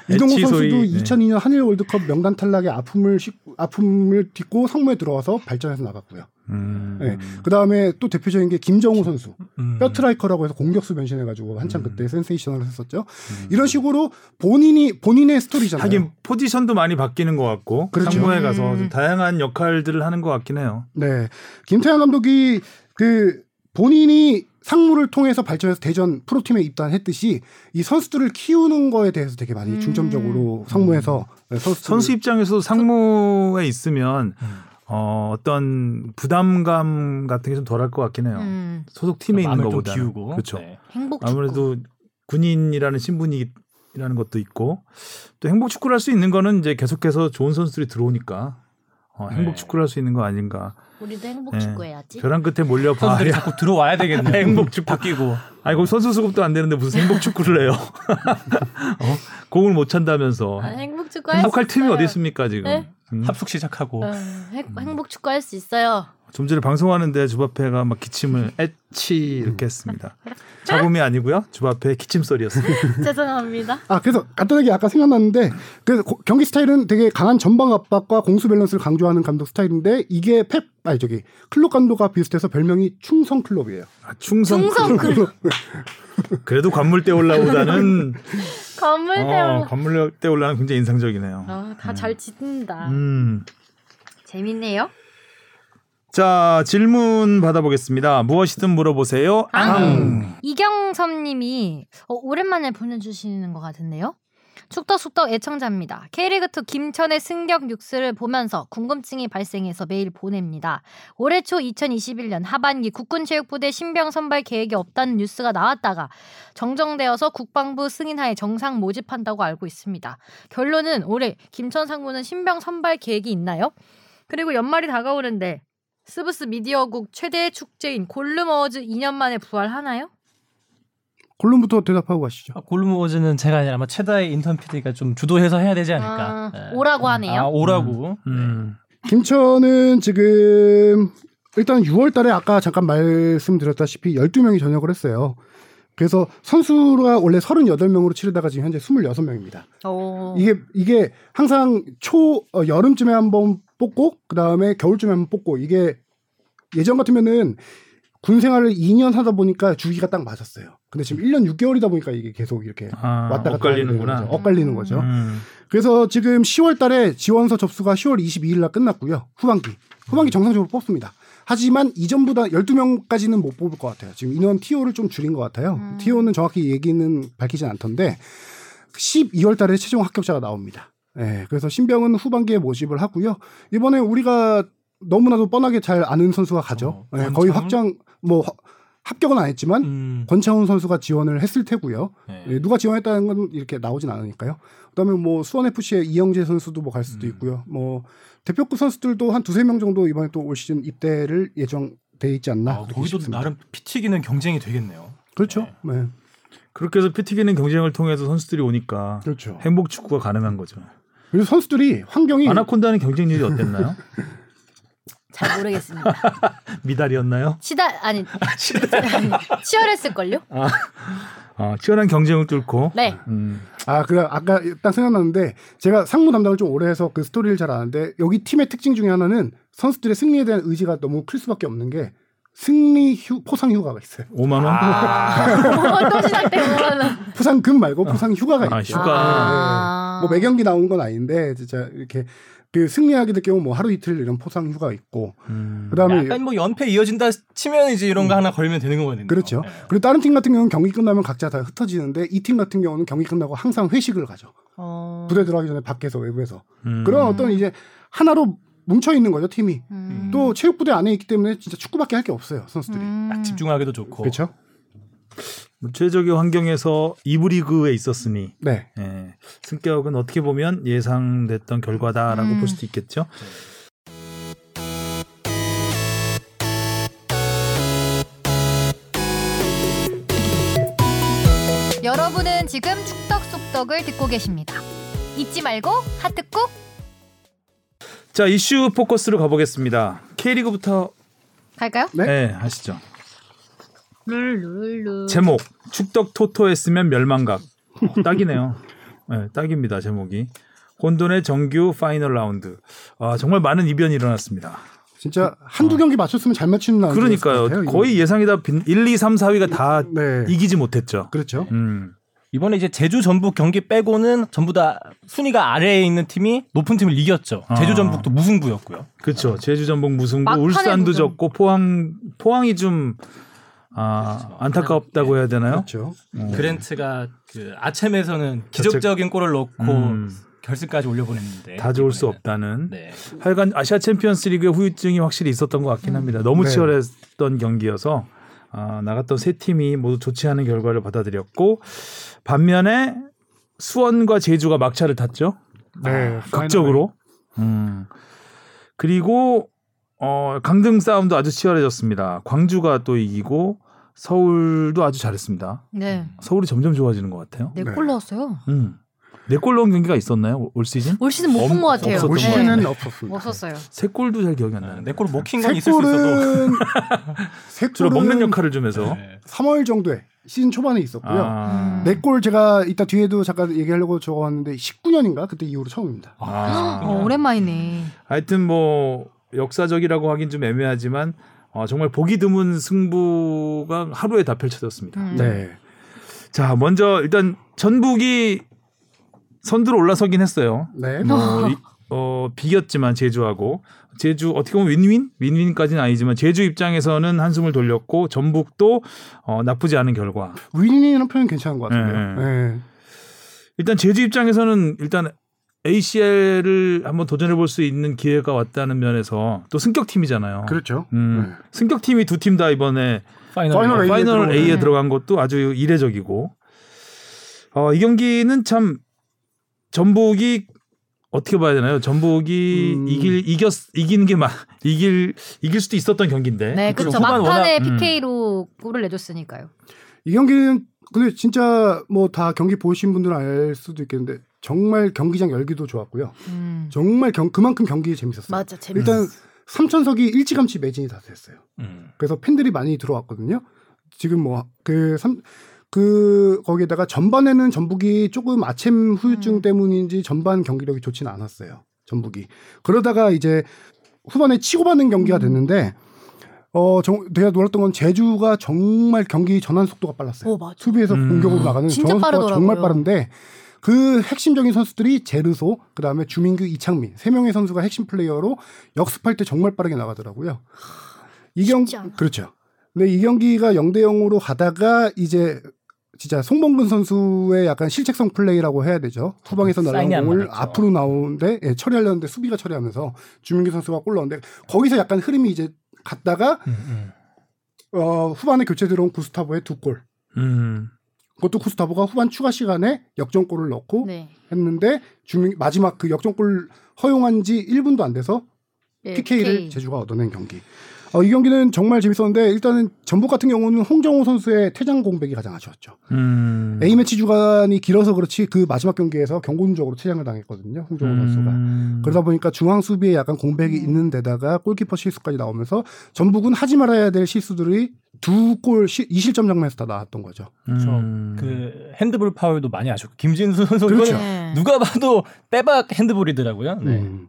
[SPEAKER 4] 이동국
[SPEAKER 2] 애치
[SPEAKER 4] 선수도
[SPEAKER 2] 소위, 네.
[SPEAKER 4] 2002년 한일 월드컵 명단 탈락의 아픔을 씻- 아픔을 딛고 상무에 들어와서 발전해서 나갔고요.
[SPEAKER 2] 음.
[SPEAKER 4] 네. 그 다음에 또 대표적인 게 김정우 선수.
[SPEAKER 2] 음.
[SPEAKER 4] 뼈트라이커라고 해서 공격수 변신해가지고 한참 그때 센세이션을 했었죠. 이런 식으로 본인이, 본인의
[SPEAKER 2] 음.
[SPEAKER 4] 스토리잖아요.
[SPEAKER 2] 하긴 포지션도 많이 바뀌는 것 같고
[SPEAKER 4] 그렇죠.
[SPEAKER 2] 상무에 가서
[SPEAKER 1] 음.
[SPEAKER 2] 좀 다양한 역할들을 하는 것 같긴 해요.
[SPEAKER 4] 네. 김태현 감독이 그 본인이 상무를 통해서 발전해서 대전 프로팀에 입단했듯이 이 선수들을 키우는 거에 대해서 되게 많이
[SPEAKER 1] 음.
[SPEAKER 4] 중점적으로 상무에서 네, 선수
[SPEAKER 2] 선수 입장에서도 상무에 있으면
[SPEAKER 3] 그 음.
[SPEAKER 2] 어, 어떤 부담감 같은 게 좀 덜할 것 같긴 해요.
[SPEAKER 1] 음.
[SPEAKER 2] 소속 팀에 있는
[SPEAKER 3] 마음을 좀
[SPEAKER 2] 것보다
[SPEAKER 3] 비우고.
[SPEAKER 2] 그렇죠.
[SPEAKER 3] 네.
[SPEAKER 1] 행복 축구.
[SPEAKER 2] 아무래도 군인이라는 신분이라는 것도 있고 또 행복 축구를 할 수 있는 거는 이제 계속해서 좋은 선수들이 들어오니까 어, 행복
[SPEAKER 3] 네.
[SPEAKER 2] 축구를 할 수 있는 거 아닌가.
[SPEAKER 5] 우리도 행복
[SPEAKER 2] 예.
[SPEAKER 5] 축구 해야지.
[SPEAKER 2] 벼랑 끝에 몰려
[SPEAKER 3] 선수들이
[SPEAKER 2] 봐야.
[SPEAKER 3] 자꾸 들어와야 되겠네요. 아, 음. 행복 쭉 바뀌고.
[SPEAKER 2] 아니 거기 선수 수급도 안 되는데 무슨 행복 축구를 해요? 어? 공을 못 찬다면서.
[SPEAKER 5] 아, 행복 축구 할수
[SPEAKER 2] 행복할 팀이
[SPEAKER 5] 있어요.
[SPEAKER 2] 어디 있습니까 음. 지금?
[SPEAKER 5] 네?
[SPEAKER 2] 음.
[SPEAKER 3] 합숙 시작하고.
[SPEAKER 5] 어,
[SPEAKER 1] 아.
[SPEAKER 5] 행, 행복 축구 할 수 있어요.
[SPEAKER 2] 좀 전에 방송하는데 주바페가 막 기침을 애치 이렇게 했습니다. 잡음이 아니고요. 주바페의 기침 소리였습니다.
[SPEAKER 5] 죄송합니다.
[SPEAKER 4] 아, 그래서 간단하게 아까 생각났는데 그래서 고- 경기 스타일은 되게 강한 전방 압박과 공수 밸런스를 강조하는 감독 스타일인데 이게 펩 아니 저기 클럽 감독과 비슷해서 별명이 충성 클럽이에요.
[SPEAKER 2] 아, 충성.
[SPEAKER 5] 충성
[SPEAKER 2] 클럽. 그래도 관물대 올라오다는
[SPEAKER 5] 네, 건물
[SPEAKER 2] 어,
[SPEAKER 5] 대원.
[SPEAKER 2] 관물대 올라는 굉장히 인상적이네요.
[SPEAKER 5] 아, 다 잘 짓는다.
[SPEAKER 2] 음.
[SPEAKER 1] 재밌네요.
[SPEAKER 2] 자 질문 받아보겠습니다. 무엇이든 물어보세요. 앙.
[SPEAKER 1] 이경섭님이 어, 오랜만에 보내주시는 것 같은데요. 축덕숙덕 애청자입니다. K리그2 김천의 승격 뉴스를 보면서 궁금증이 발생해서 메일 보냅니다. 올해 초 2021년 하반기 국군체육부대 신병 선발 계획이 없다는 뉴스가 나왔다가 정정되어서 국방부 승인하에 정상 모집한다고 알고 있습니다. 결론은 올해 김천 상무는 신병 선발 계획이 있나요? 그리고 연말이 다가오는데 스브스 미디어국 최대 축제인 골룸 어워즈 2년 만에 부활하나요?
[SPEAKER 4] 골룸부터 대답하고 가시죠.
[SPEAKER 3] 아, 골무어즈는 제가 아니라 아마 최다의 인턴 PD가 좀 주도해서 해야 되지 않을까.
[SPEAKER 1] 아,
[SPEAKER 3] 네.
[SPEAKER 1] 오라고 하네요.
[SPEAKER 3] 아, 오라고.
[SPEAKER 2] 음.
[SPEAKER 3] 네.
[SPEAKER 4] 김천은 지금 일단 6월 달에 아까 잠깐 말씀드렸다시피 12명이 전역을 했어요. 그래서 선수가 원래 38명으로 치르다가 지금 현재 26명입니다.
[SPEAKER 1] 오.
[SPEAKER 4] 이게 이게 항상 초 어, 여름쯤에 한 번 뽑고 그다음에 겨울쯤에 한 번 뽑고 이게 예전 같으면은 군 생활을 2년 하다 보니까 주기가 딱 맞았어요. 근데 지금 1년 6개월이다 보니까 이게 계속 이렇게
[SPEAKER 2] 아,
[SPEAKER 4] 왔다 갔다
[SPEAKER 2] 엇갈리는구나.
[SPEAKER 4] 하는 거죠. 엇갈리는
[SPEAKER 3] 어?
[SPEAKER 4] 거죠.
[SPEAKER 2] 음.
[SPEAKER 4] 그래서 지금 10월 달에 지원서 접수가 10월 22일 날 끝났고요. 후반기. 후반기 정상적으로 뽑습니다. 하지만 이전보다 12명까지는 못 뽑을 것 같아요. 지금 인원 TO를 좀 줄인 것 같아요. TO는 정확히 얘기는 밝히진 않던데 12월 달에 최종 합격자가 나옵니다. 예, 그래서 신병은 후반기에 모집을 하고요. 이번에 우리가 너무나도 뻔하게 잘 아는 선수가 가죠.
[SPEAKER 3] 어,
[SPEAKER 4] 예, 거의
[SPEAKER 3] 권창훈?
[SPEAKER 4] 확정 뭐 허- 합격은 안 했지만
[SPEAKER 3] 음.
[SPEAKER 4] 권창훈 선수가 지원을 했을 테고요.
[SPEAKER 3] 네.
[SPEAKER 4] 예, 누가 지원했다는 건 이렇게 나오진 않으니까요. 그다음에 뭐 수원 FC의 이영재 선수도 뭐 갈 수도
[SPEAKER 3] 음.
[SPEAKER 4] 있고요. 뭐 대표급 선수들도 한 두세 명 정도 이번에 또 올 시즌 입대를 예정돼 있지 않나.
[SPEAKER 3] 아,
[SPEAKER 4] 그렇게
[SPEAKER 3] 거기도
[SPEAKER 4] 싶습니다.
[SPEAKER 3] 나름 피 튀기는 경쟁이 되겠네요.
[SPEAKER 4] 그렇죠. 네.
[SPEAKER 2] 그렇게 해서 피튀기는 경쟁을 통해서 선수들이 오니까
[SPEAKER 4] 그렇죠.
[SPEAKER 2] 행복 축구가 가능한 거죠.
[SPEAKER 4] 그리고 선수들이 환경이
[SPEAKER 2] 아나콘다는 경쟁률이 어땠나요?
[SPEAKER 5] 잘 모르겠습니다.
[SPEAKER 2] 미달이었나요?
[SPEAKER 1] 치다 아니 치열했을걸요?
[SPEAKER 2] 아, 치열한 경쟁을 뚫고.
[SPEAKER 1] 네.
[SPEAKER 2] 음.
[SPEAKER 4] 아, 그래 아까 딱 생각났는데 제가 상무 담당을 좀 오래 해서 그 스토리를 잘 아는데 여기 팀의 특징 중에 하나는 선수들의 승리에 대한 의지가 너무 클 수밖에 없는 게 승리 휴, 포상 휴가가 있어요.
[SPEAKER 2] 5만 원.
[SPEAKER 4] 아.
[SPEAKER 5] 또 시작되면
[SPEAKER 4] 포상금 말고 포상 휴가가
[SPEAKER 2] 아,
[SPEAKER 4] 있죠.
[SPEAKER 2] 휴가.
[SPEAKER 5] 아.
[SPEAKER 4] 뭐 매경기 나온 건 아닌데 진짜 이렇게 그 승리하게 될 경우 뭐 하루 이틀 이런 포상 휴가 있고
[SPEAKER 2] 음.
[SPEAKER 4] 그다음에
[SPEAKER 3] 약간 뭐 연패 이어진다 음. 치면 이제 이런 거 하나 걸면 되는 거거든요.
[SPEAKER 4] 그렇죠.
[SPEAKER 3] 네.
[SPEAKER 4] 그리고 다른 팀 같은 경우는 경기 끝나면 각자 다 흩어지는데 이 팀 같은 경우는 경기 끝나고 항상 회식을 가죠.
[SPEAKER 1] 음.
[SPEAKER 5] 어.
[SPEAKER 4] 부대 들어가기 전에 밖에서 외부에서
[SPEAKER 2] 음.
[SPEAKER 4] 그런 어떤 이제 하나로 뭉쳐 있는 거죠 팀이.
[SPEAKER 5] 음.
[SPEAKER 4] 또 체육부대 안에 있기 때문에 진짜 축구밖에 할 게 없어요 선수들이.
[SPEAKER 5] 음.
[SPEAKER 3] 딱 집중하기도
[SPEAKER 2] 어.
[SPEAKER 3] 좋고.
[SPEAKER 4] 그렇죠?
[SPEAKER 2] 최적의 환경에서 2부 리그에 있었으니
[SPEAKER 4] 네.
[SPEAKER 2] 예, 승격은 어떻게 보면 예상됐던 결과다라고
[SPEAKER 5] 음.
[SPEAKER 2] 볼 수도 있겠죠.
[SPEAKER 1] 여러분은 지금 축덕 속덕을 듣고 계십니다. 잊지 말고 하트 꾹.
[SPEAKER 2] 자 이슈 포커스로 가보겠습니다. K리그부터
[SPEAKER 1] 갈까요?
[SPEAKER 4] 네?
[SPEAKER 2] 예, 하시죠.
[SPEAKER 5] 룰룰룰.
[SPEAKER 2] 제목 축덕 토토했으면 멸망각 어, 딱이네요. 네, 딱입니다 제목이 혼돈의 정규 파이널 라운드. 아 정말 많은 이변이 일어났습니다.
[SPEAKER 4] 진짜 한두 경기 맞췄으면 잘 맞추는 날.
[SPEAKER 2] 그, 어. 그러니까요 거의 예상이다 빈- 1, 2, 3, 4위가 다
[SPEAKER 4] 네.
[SPEAKER 2] 이기지 못했죠.
[SPEAKER 4] 그렇죠.
[SPEAKER 2] 음.
[SPEAKER 3] 이번에 이제 제주 전북 경기 빼고는 전부 다 순위가 아래에 있는 팀이 높은 팀을 이겼죠.
[SPEAKER 2] 아.
[SPEAKER 3] 제주 전북도 무승부였고요.
[SPEAKER 2] 그렇죠. 제주 전북 무승부,
[SPEAKER 1] 막판에
[SPEAKER 2] 울산도
[SPEAKER 1] 무승부.
[SPEAKER 2] 졌고 포항 포항이 좀 아, 안타깝다고 해야 되나요?
[SPEAKER 4] 그렇죠.
[SPEAKER 2] 어.
[SPEAKER 3] 그랜트가 그 아챔에서는 기적적인 골을 넣고
[SPEAKER 2] 음.
[SPEAKER 3] 결승까지 올려보냈는데
[SPEAKER 2] 다 좋을 수
[SPEAKER 3] 이번에는.
[SPEAKER 2] 없다는.
[SPEAKER 3] 네.
[SPEAKER 2] 하여간 아시아 챔피언스리그의 후유증이 확실히 있었던 것 같긴 합니다. 너무
[SPEAKER 4] 네.
[SPEAKER 2] 치열했던 경기여서 아, 나갔던 세 팀이 모두 좋지 않은 결과를 받아들였고 반면에 수원과 제주가 막차를 탔죠.
[SPEAKER 4] 네.
[SPEAKER 2] 극적으로. 음. 그리고 어, 강등 싸움도 아주 치열해졌습니다. 광주가 또 이기고 서울도 아주 잘했습니다.
[SPEAKER 1] 네.
[SPEAKER 2] 서울이 점점 좋아지는 것 같아요.
[SPEAKER 1] 네,
[SPEAKER 4] 네.
[SPEAKER 1] 골 넣었어요.
[SPEAKER 2] 음. 네골 넣은 경기가 있었나요 올 시즌?
[SPEAKER 1] 올 시즌 못 본 것 같아요.
[SPEAKER 2] 없었던
[SPEAKER 4] 올
[SPEAKER 2] 것
[SPEAKER 4] 시즌은
[SPEAKER 1] 네.
[SPEAKER 4] 없었습니다.
[SPEAKER 1] 없었어요.
[SPEAKER 2] 세 골도 잘 기억이 안 나는데.
[SPEAKER 3] 음, 내
[SPEAKER 4] 네.
[SPEAKER 3] 골을 먹힌 건
[SPEAKER 4] 세
[SPEAKER 3] 있을 수 있어도
[SPEAKER 4] 골은 세
[SPEAKER 2] 주로 먹는
[SPEAKER 4] 골은
[SPEAKER 2] 역할을 좀 해서.
[SPEAKER 3] 네.
[SPEAKER 4] 3월 정도에 시즌 초반에 있었고요.
[SPEAKER 1] 음.
[SPEAKER 2] 아.
[SPEAKER 4] 네 골 제가 이따 뒤에도 잠깐 얘기하려고 적어왔는데 19년인가 그때 이후로 처음입니다.
[SPEAKER 2] 아.
[SPEAKER 1] 어, 오랜만이네.
[SPEAKER 2] 하여튼 뭐 역사적이라고 하긴 좀 애매하지만 어, 정말 보기 드문 승부가 하루에 다 펼쳐졌습니다.
[SPEAKER 1] 음.
[SPEAKER 4] 네.
[SPEAKER 2] 자, 먼저 일단 전북이 선두로 올라서긴 했어요.
[SPEAKER 4] 네.
[SPEAKER 2] 뭐, 이- 어, 비겼지만 제주하고 제주 어떻게 보면 윈윈 윈윈까지는 아니지만 제주 입장에서는 한숨을 돌렸고 전북도 어, 나쁘지 않은 결과.
[SPEAKER 4] 윈이라는 표현 괜찮은 것 같은데요. 네.
[SPEAKER 2] 일단 제주 입장에서는 일단 ACL을 한번 도전해 볼 수 있는 기회가 왔다는 면에서 또 승격 팀이잖아요.
[SPEAKER 4] 그렇죠.
[SPEAKER 2] 음,
[SPEAKER 4] 네.
[SPEAKER 2] 승격 팀이 두 팀 다 이번에
[SPEAKER 3] 파이널, 파이널
[SPEAKER 4] 파이널 A에
[SPEAKER 2] 파이널
[SPEAKER 4] 들어오는.
[SPEAKER 2] A에 들어간 것도 아주 이례적이고 어, 이 경기는 참 전북이 어떻게 봐야 되나요? 전북이
[SPEAKER 4] 음.
[SPEAKER 2] 이길 이겼 이긴 게 막 이길 이길 수도 있었던 경기인데.
[SPEAKER 1] 네, 그렇죠.
[SPEAKER 3] 후반
[SPEAKER 1] 막판에
[SPEAKER 2] 워낙- 음.
[SPEAKER 1] PK로 골을 내줬으니까요.
[SPEAKER 4] 이 경기는 근데 진짜 뭐 다 경기 보신 분들은 알 수도 있겠는데 정말 경기장 열기도 좋았고요.
[SPEAKER 1] 음.
[SPEAKER 4] 정말 경- 그만큼 경기 재밌었어요.
[SPEAKER 5] 맞아 재밌.
[SPEAKER 4] 일단 삼천석이 일찌감치 매진이 다 됐어요.
[SPEAKER 3] 음.
[SPEAKER 4] 그래서 팬들이 많이 들어왔거든요. 지금 뭐그삼그 그 거기에다가 전반에는 전북이 조금 아침 후유증
[SPEAKER 1] 음.
[SPEAKER 4] 때문인지 전반 경기력이 좋지는 않았어요. 전북이 그러다가 이제 후반에 치고받는 경기가 됐는데 어 정, 내가 놀랐던 건 제주가 정말 경기 전환 속도가 빨랐어요.
[SPEAKER 5] 오 맞아.
[SPEAKER 4] 수비에서
[SPEAKER 2] 음.
[SPEAKER 4] 공격으로 나가는
[SPEAKER 5] 진짜
[SPEAKER 4] 전환 속도가
[SPEAKER 5] 빠르더라고요.
[SPEAKER 4] 정말 빠른데 그 핵심적인 선수들이 제르소 그다음에 주민규 이창민 세 명의 선수가 핵심 플레이어로 역습할 때 정말 빠르게 나가더라고요. 이경
[SPEAKER 5] 쉽지 않아.
[SPEAKER 4] 그렇죠. 근데 이 경기가 0대 0으로 가다가 이제 진짜 송범근 선수의 약간 실책성 플레이라고 해야 되죠. 후방에서 날아온
[SPEAKER 3] 사인이 안
[SPEAKER 4] 공을
[SPEAKER 3] 맞았죠.
[SPEAKER 4] 앞으로 나오는데 예, 처리하려는데 수비가 처리하면서 주민규 선수가 골 넣었는데 거기서 약간 흐름이 이제 갔다가
[SPEAKER 3] 음, 음.
[SPEAKER 4] 어, 후반에 교체 들어온 구스타보의 두 골.
[SPEAKER 2] 음.
[SPEAKER 4] 그것도 구스타보가 후반 추가 시간에 역전골을 넣고
[SPEAKER 5] 네.
[SPEAKER 4] 했는데 주민- 마지막 그 역전골 허용한 지 1분도 안 돼서
[SPEAKER 5] 네.
[SPEAKER 4] PK를
[SPEAKER 5] PK.
[SPEAKER 4] 제주가 얻어낸 경기. 어, 이 경기는 정말 재밌었는데 일단은 전북 같은 경우는 홍정호 선수의 퇴장 공백이 가장 아쉬웠죠.
[SPEAKER 2] 음.
[SPEAKER 4] A 매치 주간이 길어서 그렇지 그 마지막 경기에서 경고적으로 퇴장을 당했거든요. 홍정호 선수가.
[SPEAKER 2] 음.
[SPEAKER 4] 그러다 보니까 중앙 수비에 약간 공백이
[SPEAKER 1] 음.
[SPEAKER 4] 있는 데다가 골키퍼 실수까지 나오면서 전북은 하지 말아야 될 실수들이 두 골 2실점 장면에서 다 나왔던 거죠.
[SPEAKER 2] 음.
[SPEAKER 3] 그 핸드볼 파울도 많이 아쉬웠고 김진수 선수
[SPEAKER 4] 그렇죠.
[SPEAKER 3] 이거는 누가 봐도 빼박 핸드볼이더라고요. 네.
[SPEAKER 4] 음.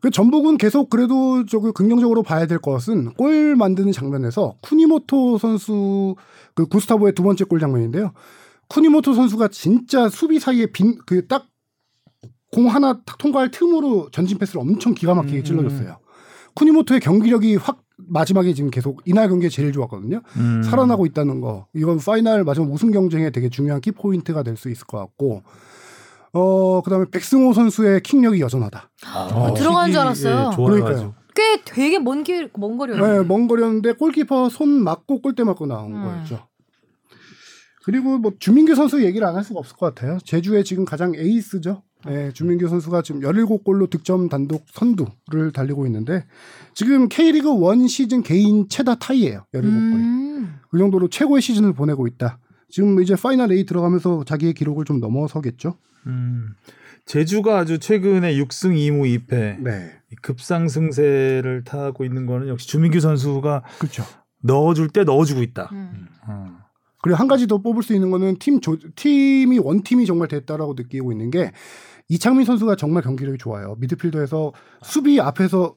[SPEAKER 4] 그 전북은 계속 그래도 조금 긍정적으로 봐야 될 것은 골 만드는 장면에서 쿠니모토 선수 그 구스타보의 두 번째 골 장면인데요. 쿠니모토 선수가 진짜 수비 사이에 빈 그 딱 공 하나 딱 통과할 틈으로 전진 패스를 엄청 기가 막히게 찔러줬어요. 쿠니모토의 경기력이 확 마지막에 지금 계속 이날 경기에 제일 좋았거든요.
[SPEAKER 2] 음.
[SPEAKER 4] 살아나고 있다는 거 이건 파이널 마지막 우승 경쟁에 되게 중요한 키 포인트가 될 수 있을 것 같고 어 그다음에 백승호 선수의 킥력이 여전하다.
[SPEAKER 3] 아,
[SPEAKER 2] 어,
[SPEAKER 5] 들어간 줄
[SPEAKER 2] 킥이,
[SPEAKER 5] 알았어요.
[SPEAKER 2] 예, 좋아가지고.
[SPEAKER 1] 꽤 되게 먼 길, 먼 거리였어요.
[SPEAKER 4] 네, 먼 거리였는데 골키퍼 손 맞고 골대 맞고 나온
[SPEAKER 1] 음.
[SPEAKER 4] 거였죠. 그리고 뭐 주민규 선수 얘기를 안 할 수가 없을 것 같아요. 제주의 지금 가장 에이스죠.
[SPEAKER 1] 음.
[SPEAKER 4] 네, 주민규 선수가 지금 17골로 득점 단독 선두를 달리고 있는데 지금 K리그 1 시즌 개인 최다 타이예요. 17골.
[SPEAKER 1] 음.
[SPEAKER 4] 그 정도로 최고의 시즌을 보내고 있다. 지금 이제 파이널 A 들어가면서 자기의 기록을 좀 넘어서겠죠.
[SPEAKER 2] 음. 제주가 아주 최근에 6승 2무 2패
[SPEAKER 4] 네,
[SPEAKER 2] 급상승세를 타고 있는 거는 역시 주민규 선수가
[SPEAKER 4] 그렇죠.
[SPEAKER 2] 넣어줄 때 넣어주고 있다.
[SPEAKER 1] 음.
[SPEAKER 2] 어.
[SPEAKER 4] 그리고 한 가지 더 뽑을 수 있는 거는 팀 조, 팀이 원팀이 정말 됐다라고 느끼고 있는 게 이창민 선수가 정말 경기력이 좋아요. 미드필더에서 수비 앞에서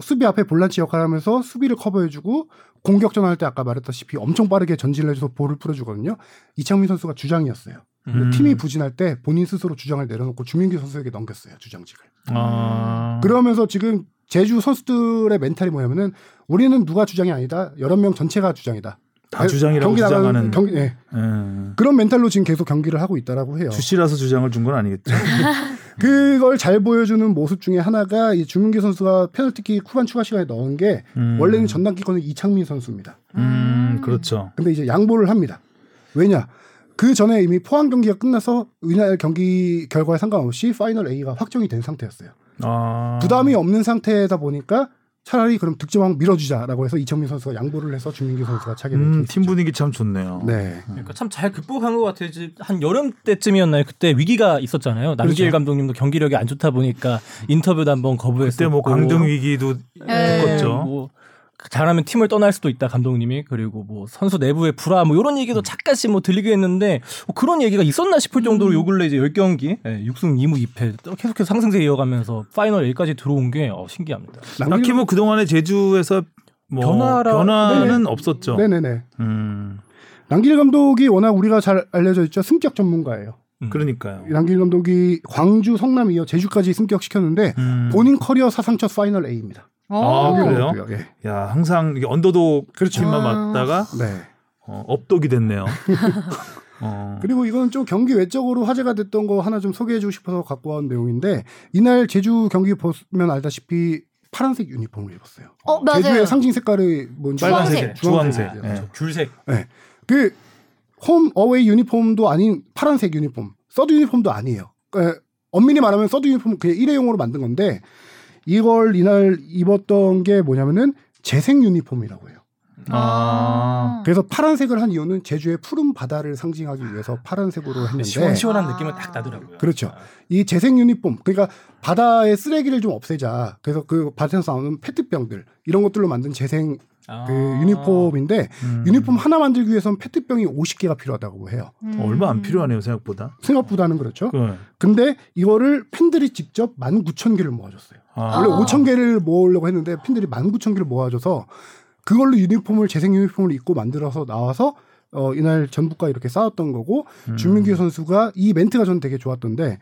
[SPEAKER 4] 수비 앞에 볼란치 역할을 하면서 수비를 커버해주고 공격 전환할 때 아까 말했다시피 엄청 빠르게 전진을 해줘서 볼을 풀어주거든요. 이창민 선수가 주장이었어요. 근데
[SPEAKER 2] 음.
[SPEAKER 4] 팀이 부진할 때 본인 스스로 주장을 내려놓고 주민규 선수에게 넘겼어요. 주장직을.
[SPEAKER 2] 아.
[SPEAKER 4] 그러면서 지금 제주 선수들의 멘탈이 뭐냐면은 우리는 누가 주장이 아니다. 여러 명 전체가 주장이다.
[SPEAKER 2] 다 주장이라고
[SPEAKER 4] 경기 나가는
[SPEAKER 2] 주장하는
[SPEAKER 4] 경기- 어. 예.
[SPEAKER 2] 음.
[SPEAKER 4] 그런 멘탈로 지금 계속 경기를 하고 있다라고 해요.
[SPEAKER 2] 주씨라서 주장을 준 건 아니겠죠.
[SPEAKER 4] 그걸 잘 보여주는 모습 중에 하나가 이 주민기 선수가 페널티킥 후반 추가 시간에 넣은 게
[SPEAKER 2] 음.
[SPEAKER 4] 원래는 전담기권은 이창민 선수입니다.
[SPEAKER 2] 음, 그렇죠.
[SPEAKER 4] 근데 이제 양보를 합니다. 왜냐? 그 전에 이미 포항 경기가 끝나서 이날 경기 결과에 상관없이 파이널 A가 확정이 된 상태였어요.
[SPEAKER 2] 아.
[SPEAKER 4] 부담이 없는 상태다 보니까 차라리 그럼 득점왕 밀어주자라고 해서 이창민 선수가 양보를 해서 주민기 선수가 차게 된
[SPEAKER 2] 음,
[SPEAKER 4] 케이스죠.
[SPEAKER 2] 팀 분위기 참 좋네요.
[SPEAKER 4] 네.
[SPEAKER 3] 그러니까 참 잘 극복한 것 같아요. 이제 한 여름 때쯤이었나요? 그때 위기가 있었잖아요. 남기일
[SPEAKER 4] 그렇죠.
[SPEAKER 3] 감독님도 경기력이 안 좋다 보니까 인터뷰도 한번 거부했었고.
[SPEAKER 2] 그때 뭐 강등 위기도
[SPEAKER 1] 네.
[SPEAKER 3] 예,
[SPEAKER 2] 겪었죠.
[SPEAKER 3] 뭐 잘하면 팀을 떠날 수도 있다 감독님이 그리고 뭐 선수 내부의 불화 뭐 이런 얘기도 잠깐씩 뭐 들리게 했는데 뭐 그런 얘기가 있었나 싶을
[SPEAKER 4] 음.
[SPEAKER 3] 정도로 요 근래 이제 10경기 예, 6승 2무 2패 계속해서 상승세 이어가면서 파이널 A까지 들어온 게 어, 신기합니다.
[SPEAKER 4] 네.
[SPEAKER 2] 딱히 뭐 그동안에 제주에서 뭐
[SPEAKER 3] 변화라-
[SPEAKER 2] 변화는
[SPEAKER 4] 네네.
[SPEAKER 2] 없었죠.
[SPEAKER 4] 네네네.
[SPEAKER 2] 음,
[SPEAKER 4] 남길 감독이 워낙 우리가 잘 알려져 있죠. 승격 전문가예요.
[SPEAKER 3] 음.
[SPEAKER 2] 그러니까요.
[SPEAKER 4] 남길 감독이 광주, 성남 이어 제주까지 승격시켰는데
[SPEAKER 2] 음.
[SPEAKER 4] 본인 커리어 사상 첫 파이널 A입니다.
[SPEAKER 2] 아,
[SPEAKER 1] 어.
[SPEAKER 2] 그래요?
[SPEAKER 4] 예.
[SPEAKER 2] 야 항상 이게 언더독
[SPEAKER 4] 그렇죠.
[SPEAKER 2] 팀만
[SPEAKER 1] 아.
[SPEAKER 2] 맞다가
[SPEAKER 4] 네.
[SPEAKER 2] 어, 업독이 됐네요. 어,
[SPEAKER 4] 그리고 이건 좀 경기 외적으로 화제가 됐던 거 하나 좀 소개해주고 싶어서 갖고 온 내용인데 이날 제주 경기 보면 알다시피 파란색 유니폼을 입었어요.
[SPEAKER 1] 어, 맞아요.
[SPEAKER 4] 제주의 상징 색깔이 뭔지
[SPEAKER 2] 빨간색, 주황색.
[SPEAKER 4] 주황색이죠.
[SPEAKER 2] 예.
[SPEAKER 3] 귤색
[SPEAKER 4] 그 홈 어웨이 유니폼도 아닌 파란색 유니폼, 서드 유니폼도 아니에요. 에, 엄밀히 말하면 서드 유니폼은 그냥 일회용으로 만든 건데 이걸 이날 입었던 게 뭐냐면은 재생 유니폼이라고 해요.
[SPEAKER 2] 아.
[SPEAKER 4] 그래서 파란색을 한 이유는 제주의 푸른 바다를 상징하기 위해서 파란색으로 했는데
[SPEAKER 3] 시원시원한
[SPEAKER 1] 아.
[SPEAKER 3] 느낌은 딱 나더라고요.
[SPEAKER 4] 네. 그렇죠. 이 재생 유니폼 그러니까 바다의 쓰레기를 좀 없애자 그래서 그 바다에서 나오는 페트병들 이런 것들로 만든 재생
[SPEAKER 3] 아.
[SPEAKER 4] 그 유니폼인데
[SPEAKER 2] 음.
[SPEAKER 4] 유니폼 하나 만들기 위해선 페트병이 50개가 필요하다고 해요
[SPEAKER 1] 음.
[SPEAKER 2] 어, 얼마 안 필요하네요 생각보다.
[SPEAKER 4] 생각보다는 그렇죠
[SPEAKER 2] 그,
[SPEAKER 4] 근데 이거를 팬들이 직접 19,000개를 모아줬어요
[SPEAKER 2] 아,
[SPEAKER 4] 원래
[SPEAKER 1] 아.
[SPEAKER 4] 5,000개를 모으려고 했는데 팬들이 19,000개를 모아줘서 그걸로 유니폼을 재생 유니폼을 입고 만들어서 나와서 어, 이날 전북과 이렇게 싸웠던 거고
[SPEAKER 2] 음.
[SPEAKER 4] 주민규 선수가 이 멘트가 저는 되게 좋았던데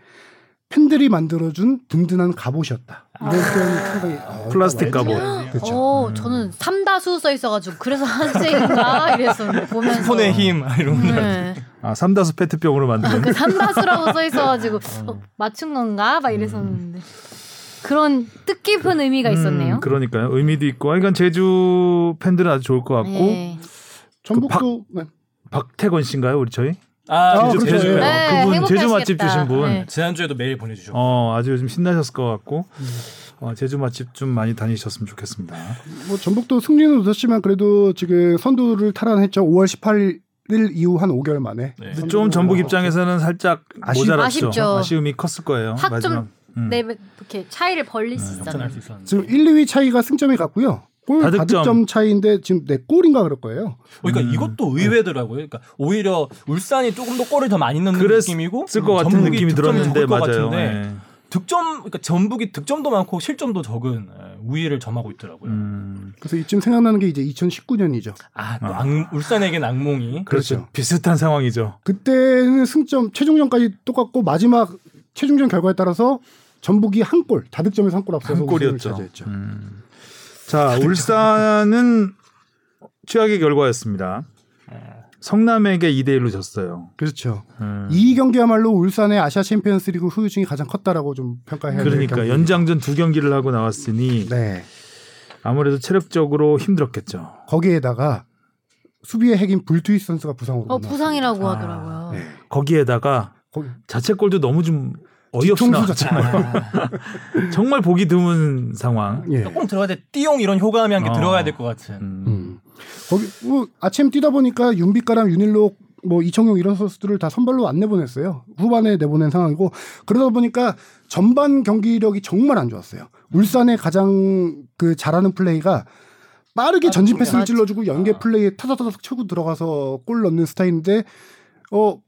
[SPEAKER 4] 팬들이 만들어준 든든한 갑옷이었다. 이런 표현이 상당히 아,
[SPEAKER 2] 플라스틱
[SPEAKER 4] 와닿-
[SPEAKER 2] 갑옷.
[SPEAKER 4] 그렇죠.
[SPEAKER 5] 음. 어, 저는 삼다수 써 있어가지고 그래서 한세인가 이랬었는데 보면서.
[SPEAKER 3] 손의 힘 아, 이런 거.
[SPEAKER 5] 네.
[SPEAKER 2] 아 삼다수 페트병으로 만든.
[SPEAKER 5] 그 삼다수라고 써 있어가지고 어, 맞춘 건가 막 이랬었는데 그런 뜻깊은 의미가 있었네요.
[SPEAKER 2] 음, 그러니까요. 의미도 있고. 그러니까 제주 팬들은 아주 좋을 것 같고.
[SPEAKER 5] 예.
[SPEAKER 2] 그
[SPEAKER 4] 전북도 네.
[SPEAKER 2] 박태건 씨인가요, 우리 저희?
[SPEAKER 4] 아,
[SPEAKER 2] 제주
[SPEAKER 4] 그렇죠.
[SPEAKER 2] 제주
[SPEAKER 4] 네.
[SPEAKER 2] 어, 그분
[SPEAKER 5] 행복하시겠다.
[SPEAKER 2] 제주 맛집 주신 분.
[SPEAKER 5] 네.
[SPEAKER 3] 지난주에도 메일 보내주셨고
[SPEAKER 2] 어, 아주 요즘 신나셨을 것 같고.
[SPEAKER 4] 음.
[SPEAKER 2] 어, 제주 맛집 좀 많이 다니셨으면 좋겠습니다.
[SPEAKER 4] 뭐 전북도 승리는 얻었지만 그래도 지금 선두를 탈환했죠. 5월 18일 이후 한 5개월 만에.
[SPEAKER 3] 네.
[SPEAKER 2] 근데 좀 전북 입장에서는 살짝
[SPEAKER 4] 아쉬-
[SPEAKER 2] 모자랐죠.
[SPEAKER 5] 아쉽죠.
[SPEAKER 2] 아쉬움이 컸을 거예요.
[SPEAKER 5] 확 좀-
[SPEAKER 2] 마지막. 음.
[SPEAKER 5] 네, 이렇게 차이를 벌릴 수 있잖아요.
[SPEAKER 3] 네, 역전할 수 있었는데.
[SPEAKER 4] 지금 1, 2위 차이가 승점이 같고요. 골
[SPEAKER 2] 다득점.
[SPEAKER 4] 다득점. 차이인데 지금 네 골인가 그럴 거예요.
[SPEAKER 3] 어,
[SPEAKER 2] 음.
[SPEAKER 3] 그러니까
[SPEAKER 2] 네.
[SPEAKER 3] 이것도 의외더라고요. 그러니까 오히려 울산이 조금 더 골을 더 많이 넣는
[SPEAKER 2] 그랬을
[SPEAKER 3] 느낌이고
[SPEAKER 2] 쓸것 같은
[SPEAKER 3] 전북이
[SPEAKER 2] 느낌이
[SPEAKER 3] 득점이
[SPEAKER 2] 들었는데
[SPEAKER 3] 적을 것
[SPEAKER 2] 맞아요.
[SPEAKER 3] 같은데
[SPEAKER 2] 예.
[SPEAKER 3] 득점 그러니까 전북이 득점도 많고 실점도 적은 예, 우위를 점하고 있더라고요.
[SPEAKER 2] 음,
[SPEAKER 4] 그래서 이쯤 생각나는 게 이제 2019년이죠.
[SPEAKER 3] 아, 또
[SPEAKER 2] 아.
[SPEAKER 3] 악- 울산에겐 악몽이
[SPEAKER 2] 그렇죠.
[SPEAKER 4] 그렇죠.
[SPEAKER 2] 비슷한 상황이죠.
[SPEAKER 4] 그때는 승점 최종전까지 똑같고 마지막 최종전 결과에 따라서 전북이 한 골, 다득점에서 한 골 앞서서
[SPEAKER 2] 한
[SPEAKER 4] 우승을
[SPEAKER 2] 골이었죠.
[SPEAKER 4] 차지했죠.
[SPEAKER 2] 음. 자, 울산은 최악의 결과였습니다. 성남에게 2대 1로 졌어요.
[SPEAKER 4] 그렇죠.
[SPEAKER 2] 음.
[SPEAKER 4] 이 경기야말로 울산의 아시아 챔피언스리그 후유증이 가장 컸다라고 좀 평가해야 될
[SPEAKER 2] 그러니까
[SPEAKER 4] 경기.
[SPEAKER 2] 연장전 두 경기를 하고 나왔으니
[SPEAKER 4] 네.
[SPEAKER 2] 아무래도 체력적으로 힘들었겠죠.
[SPEAKER 4] 거기에다가 수비의 핵인 불투이 선수가 부상으로
[SPEAKER 5] 어
[SPEAKER 4] 나왔습니다.
[SPEAKER 5] 부상이라고
[SPEAKER 2] 아.
[SPEAKER 5] 하더라고요.
[SPEAKER 4] 네.
[SPEAKER 2] 거기에다가
[SPEAKER 4] 거기-
[SPEAKER 2] 자책골도 너무 좀 어이없이
[SPEAKER 4] 뒤통수
[SPEAKER 2] 나왔잖아요. 정말 보기 드문 상황.
[SPEAKER 4] 예.
[SPEAKER 3] 조금 들어가야 돼. 띠용 이런 효과음이 한 게
[SPEAKER 2] 어.
[SPEAKER 3] 들어가야 될 것 같은.
[SPEAKER 2] 음.
[SPEAKER 4] 음. 거기 뭐 아침 뛰다 보니까 윤빛가람, 윤일록, 뭐 이청용 이런 선수들을 다 선발로 안 내보냈어요. 후반에 내보낸 상황이고 그러다 보니까 전반 경기력이 정말 안 좋았어요. 울산의 가장 그 잘하는 플레이가 빠르게 전진 패스를
[SPEAKER 5] 맞아.
[SPEAKER 4] 찔러주고 연계 플레이에 타다타닥 치고 들어가서 골 넣는 스타일인데 어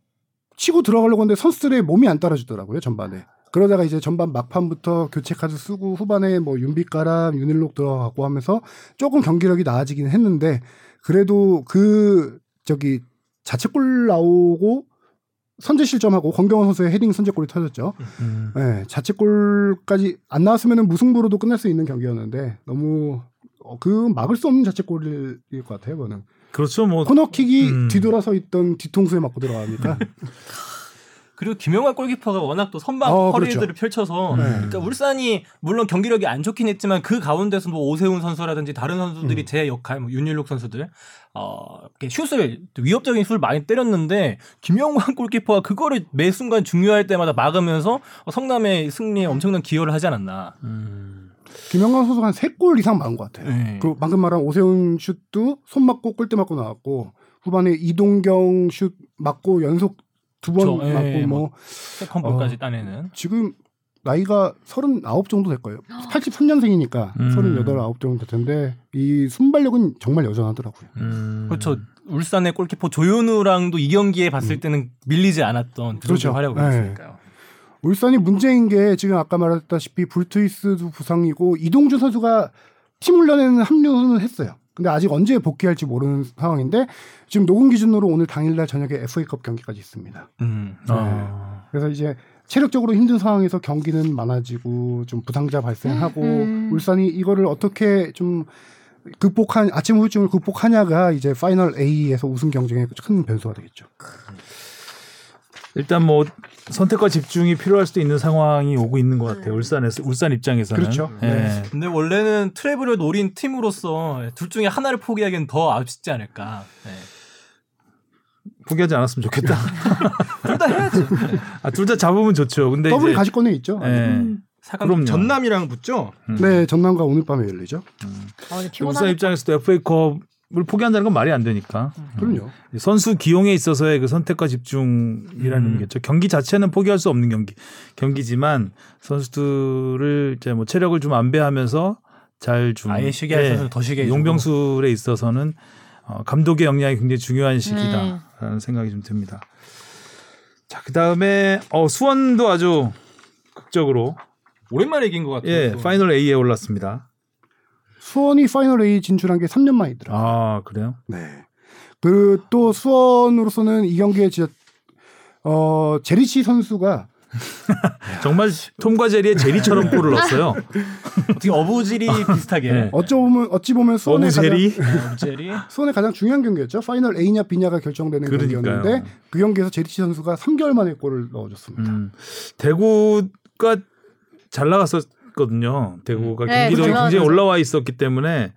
[SPEAKER 4] 치고 들어가려고 하는데 선수들의 몸이 안 따라주더라고요 전반에. 그러다가 이제 전반 막판부터 교체 카드 쓰고 후반에 뭐 윤빛가람, 윤일록 들어가고 하면서 조금 경기력이 나아지긴 했는데 그래도 그 저기 자책골 나오고 선제 실점하고 권경원 선수의 헤딩 선제골이 터졌죠.
[SPEAKER 2] 음.
[SPEAKER 4] 네, 자책골까지 안 나왔으면 무승부로도 끝날 수 있는 경기였는데 너무 어, 그 막을 수 없는 자책골일 것 같아요. 저는
[SPEAKER 2] 그렇죠. 뭐
[SPEAKER 4] 코너킥이
[SPEAKER 2] 음.
[SPEAKER 4] 뒤돌아서 있던 뒤통수에 맞고 들어가니까
[SPEAKER 3] 그리고 김영환 골키퍼가 워낙 또 선방
[SPEAKER 4] 어,
[SPEAKER 3] 커리들을
[SPEAKER 4] 그렇죠.
[SPEAKER 3] 펼쳐서
[SPEAKER 2] 네.
[SPEAKER 3] 그러니까 울산이 물론 경기력이 안 좋긴 했지만 그 가운데서 뭐 오세훈 선수라든지 다른 선수들이
[SPEAKER 4] 음.
[SPEAKER 3] 제 역할 뭐 윤일록 선수들 어 이렇게 슛을 위협적인 슛을 많이 때렸는데 김영환 골키퍼가 그거를 매 순간 중요할 때마다 막으면서 성남의 승리에 엄청난 기여를 하지 않았나.
[SPEAKER 2] 음.
[SPEAKER 4] 김영관 선수가 한세골 이상 막은 것 같아요.
[SPEAKER 3] 네.
[SPEAKER 4] 그 방금 말한 오세훈 슛도 손 맞고 골대 맞고 나왔고 후반에 이동경 슛 맞고 연속 두 번
[SPEAKER 3] 그쵸, 예,
[SPEAKER 4] 맞고
[SPEAKER 3] 예,
[SPEAKER 4] 뭐
[SPEAKER 3] 세컨볼까지
[SPEAKER 4] 어.
[SPEAKER 3] 따내는.
[SPEAKER 4] 지금 나이가 39 정도 될 거예요. 83년생이니까
[SPEAKER 2] 음.
[SPEAKER 4] 38, 9 정도 될 텐데 이 순발력은 정말 여전하더라고요.
[SPEAKER 2] 음.
[SPEAKER 3] 그렇죠. 울산의 골키퍼 조현우랑도 이 경기에 봤을 때는 밀리지 않았던 그
[SPEAKER 4] 음. 그렇죠.
[SPEAKER 3] 정도 활약을
[SPEAKER 4] 네.
[SPEAKER 3] 했으니까요.
[SPEAKER 4] 울산이 문제인 게 지금 아까 말했다시피 불투이스도 부상이고 이동준 선수가 팀 훈련에는 합류는 했어요. 근데 아직 언제 복귀할지 모르는 상황인데 지금 녹음 기준으로 오늘 당일날 저녁에 FA컵 경기까지 있습니다.
[SPEAKER 3] 음.
[SPEAKER 2] 아.
[SPEAKER 4] 그래서 이제 체력적으로 힘든 상황에서 경기는 많아지고 좀 부상자 발생하고
[SPEAKER 5] 음.
[SPEAKER 4] 울산이 이거를 어떻게 좀 극복한 아침 후유증을 극복하냐가 이제 파이널 A에서 우승 경쟁의 큰 변수가 되겠죠.
[SPEAKER 2] 일단 뭐 선택과 집중이 필요할 수도 있는 상황이 오고 있는 것
[SPEAKER 3] 음.
[SPEAKER 2] 같아요. 울산에서 울산 입장에서는
[SPEAKER 4] 그렇죠.
[SPEAKER 2] 예.
[SPEAKER 4] 네.
[SPEAKER 3] 근데 원래는 트래블을 노린 팀으로서 둘 중에 하나를 포기하기엔 더 아쉽지 않을까. 네.
[SPEAKER 2] 포기하지 않았으면 좋겠다.
[SPEAKER 3] 둘다 해야지.
[SPEAKER 2] 아, 둘 다 잡으면 좋죠. 근데
[SPEAKER 4] 더블이
[SPEAKER 2] 네, 이제-
[SPEAKER 4] 가시권에 있죠.
[SPEAKER 2] 예.
[SPEAKER 3] 음,
[SPEAKER 2] 그럼요.
[SPEAKER 3] 사강 전남이랑 붙죠.
[SPEAKER 2] 음.
[SPEAKER 4] 네, 전남과 오늘 밤에 열리죠.
[SPEAKER 5] 아, 근데
[SPEAKER 2] 울산
[SPEAKER 5] 피곤하네.
[SPEAKER 2] 입장에서도 FA컵을 포기한다는 건 말이 안 되니까
[SPEAKER 3] 음.
[SPEAKER 4] 그럼요.
[SPEAKER 2] 선수 기용에 있어서의 그 선택과 집중이라는
[SPEAKER 3] 음.
[SPEAKER 2] 의미겠죠. 경기 자체는 포기할 수 없는 경기 경기지만 선수들을 이제 뭐 체력을 좀 안배하면서 잘좀
[SPEAKER 3] 아예 쉬게 할 선수는 더 쉬게 해주고.
[SPEAKER 2] 용병술에 있어서는 어, 감독의 역량이 굉장히 중요한 시기다라는
[SPEAKER 5] 네.
[SPEAKER 2] 생각이 좀 듭니다. 자 그다음에 어, 수원도 아주 극적으로
[SPEAKER 3] 오랜만에 이긴 것 같아요.
[SPEAKER 2] 예
[SPEAKER 3] 또.
[SPEAKER 2] 파이널 A에 올랐습니다.
[SPEAKER 4] 수원이 파이널 A 진출한 게 3년 만이더라. 고요
[SPEAKER 2] 아 그래요?
[SPEAKER 4] 네. 그 또 수원으로서는 이 경기에 진짜 어 제리치 선수가
[SPEAKER 2] 정말 톰과 제리의 제리처럼 골을 넣었어요.
[SPEAKER 3] 어떻게 어부질이 비슷하게.
[SPEAKER 2] 네.
[SPEAKER 4] 어쩌 보면 어찌 보면 수원의
[SPEAKER 2] 너무
[SPEAKER 4] 가장
[SPEAKER 2] 제리.
[SPEAKER 3] 어부질이.
[SPEAKER 4] 수원의 가장 중요한 경기였죠. 파이널 A냐 B냐가 결정되는
[SPEAKER 2] 그러니까요.
[SPEAKER 4] 경기였는데 그 경기에서 제리치 선수가 3개월 만에 골을 넣어줬습니다.
[SPEAKER 2] 음, 대구가 잘 나갔었거든요. 대구가
[SPEAKER 5] 네,
[SPEAKER 2] 경기력이
[SPEAKER 5] 그렇죠.
[SPEAKER 2] 굉장히 올라와 있었기 때문에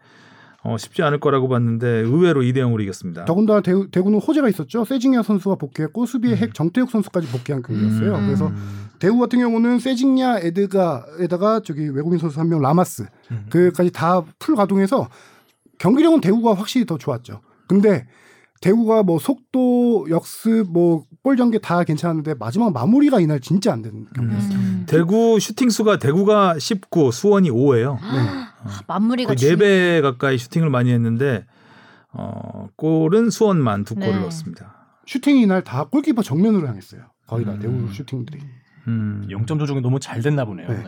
[SPEAKER 2] 어, 쉽지 않을 거라고 봤는데 의외로 2대 0으로 이겼습니다.
[SPEAKER 4] 더군다나 대구, 대구는 호재가 있었죠. 세징야 선수가 복귀했고
[SPEAKER 2] 음.
[SPEAKER 4] 수비의 핵 정태욱 선수까지 복귀한 경기였어요.
[SPEAKER 5] 음.
[SPEAKER 4] 그래서 대구 같은 경우는 세징야 에드가에다가 저기 외국인 선수 한 명 라마스
[SPEAKER 3] 음.
[SPEAKER 4] 그까지 다 풀 가동해서 경기력은 대구가 확실히 더 좋았죠. 근데 대구가 뭐 속도, 역습, 뭐볼 전개 다 괜찮았는데 마지막 마무리가 이날 진짜 안 되는 경기.
[SPEAKER 5] 음.
[SPEAKER 2] 대구 슈팅 수가 대구가 19, 수원이 5예요.
[SPEAKER 4] 음.
[SPEAKER 1] 아.
[SPEAKER 4] 네.
[SPEAKER 5] 마무리가
[SPEAKER 2] 거의 4배 가까이 슈팅을 많이 했는데 어, 골은 수원만 두 골을
[SPEAKER 5] 네.
[SPEAKER 2] 넣었습니다.
[SPEAKER 4] 슈팅이 이날 다 골키퍼 정면으로 향했어요. 거의 다
[SPEAKER 2] 음.
[SPEAKER 4] 대구 슈팅들이.
[SPEAKER 2] 음.
[SPEAKER 3] 0점 조정이 너무 잘 됐나 보네요.
[SPEAKER 4] 네.
[SPEAKER 3] 네.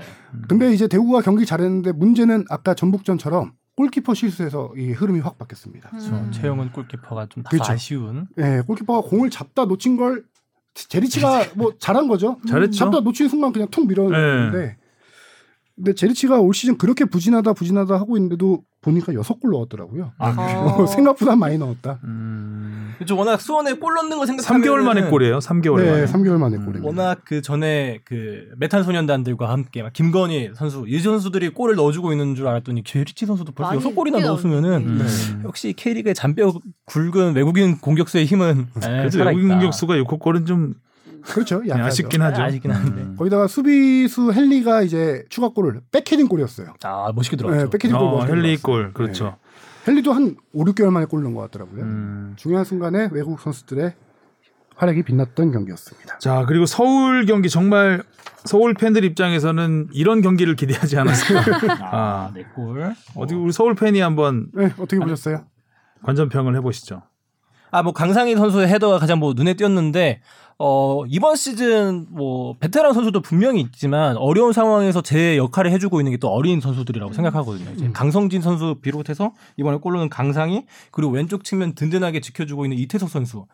[SPEAKER 4] 근데 이제 대구가 경기 잘했는데 문제는 아까 전북전처럼 골키퍼 실수에서 이 흐름이 확 바뀌었습니다.
[SPEAKER 3] 저
[SPEAKER 5] 음.
[SPEAKER 3] 최영은 골키퍼가 좀 다소
[SPEAKER 4] 그렇죠.
[SPEAKER 3] 아쉬운.
[SPEAKER 4] 예, 골키퍼가 공을 잡다 놓친 걸 제리치가 뭐 잘한 거죠.
[SPEAKER 5] 음,
[SPEAKER 2] 잘했죠. 예.
[SPEAKER 4] 잡다 놓친 순간 그냥 툭 밀었는데. 근데 제리치가 올 시즌 그렇게 부진하다 부진하다 하고 있는데도 보니까 여섯 골 넣었더라고요. 뭐
[SPEAKER 2] 아,
[SPEAKER 5] 어.
[SPEAKER 4] 생각보다 많이 넣었다.
[SPEAKER 2] 음.
[SPEAKER 3] 저 그렇죠. 워낙 수원에 골 넣는 거 생각.
[SPEAKER 2] 3개월 만에 골이에요. 3개월
[SPEAKER 4] 네,
[SPEAKER 2] 만에.
[SPEAKER 4] 3개월 만에
[SPEAKER 2] 음.
[SPEAKER 4] 골입니다.
[SPEAKER 3] 워낙 그 전에 그 메탄 소년단들과 함께 막 김건희 선수 이 선수들이 골을 넣어주고 있는 줄 알았더니 제리치 선수도 벌써
[SPEAKER 5] 많이
[SPEAKER 3] 여섯 골이나
[SPEAKER 5] 뛰어.
[SPEAKER 3] 넣었으면은 네.
[SPEAKER 2] 음.
[SPEAKER 3] 역시 K리그의 잔뼈 굵은 외국인 공격수의 힘은 예,
[SPEAKER 2] 네, 그래도
[SPEAKER 3] 살아있다.
[SPEAKER 2] 외국인 공격수가 6호 골은 좀
[SPEAKER 4] 그렇죠.
[SPEAKER 2] 네,
[SPEAKER 4] 약하죠.
[SPEAKER 2] 아쉽긴
[SPEAKER 3] 아,
[SPEAKER 2] 하죠.
[SPEAKER 3] 아쉽긴 한데.
[SPEAKER 2] 음.
[SPEAKER 4] 거기다가 수비수 헨리가 이제 추가골을 백헤딩 골이었어요.
[SPEAKER 3] 아 멋있게
[SPEAKER 4] 네,
[SPEAKER 3] 들어갔죠.
[SPEAKER 4] 백헤딩 골.
[SPEAKER 2] 어,
[SPEAKER 4] 멋있게
[SPEAKER 2] 헨리
[SPEAKER 4] 들어갔어요.
[SPEAKER 2] 골 그렇죠.
[SPEAKER 4] 헨리도 한 5, 6개월 만에 골 넣은 것
[SPEAKER 3] 네,
[SPEAKER 4] 같더라고요.
[SPEAKER 2] 음.
[SPEAKER 4] 중요한 순간에 외국 선수들의 활약이 빛났던 경기였습니다.
[SPEAKER 2] 자 그리고 서울 경기 정말 서울 팬들 입장에서는 이런 경기를 기대하지 않았어요. 아.
[SPEAKER 3] 네 골.
[SPEAKER 2] 어디 우리 서울 팬이 한번
[SPEAKER 4] 네, 어떻게 보셨어요?
[SPEAKER 2] 관전평을 해보시죠.
[SPEAKER 3] 아, 뭐 강상희 선수의 헤더가 가장 뭐 눈에 띄었는데 어, 이번 시즌 뭐 베테랑 선수도 분명히 있지만 어려운 상황에서 제 역할을 해 주고 있는 게 또 어린 선수들이라고 생각하거든요. 이제
[SPEAKER 4] 음.
[SPEAKER 3] 강성진 선수 비롯해서 이번에 골로는 강상희 그리고 왼쪽 측면 든든하게 지켜주고 있는 이태석 선수.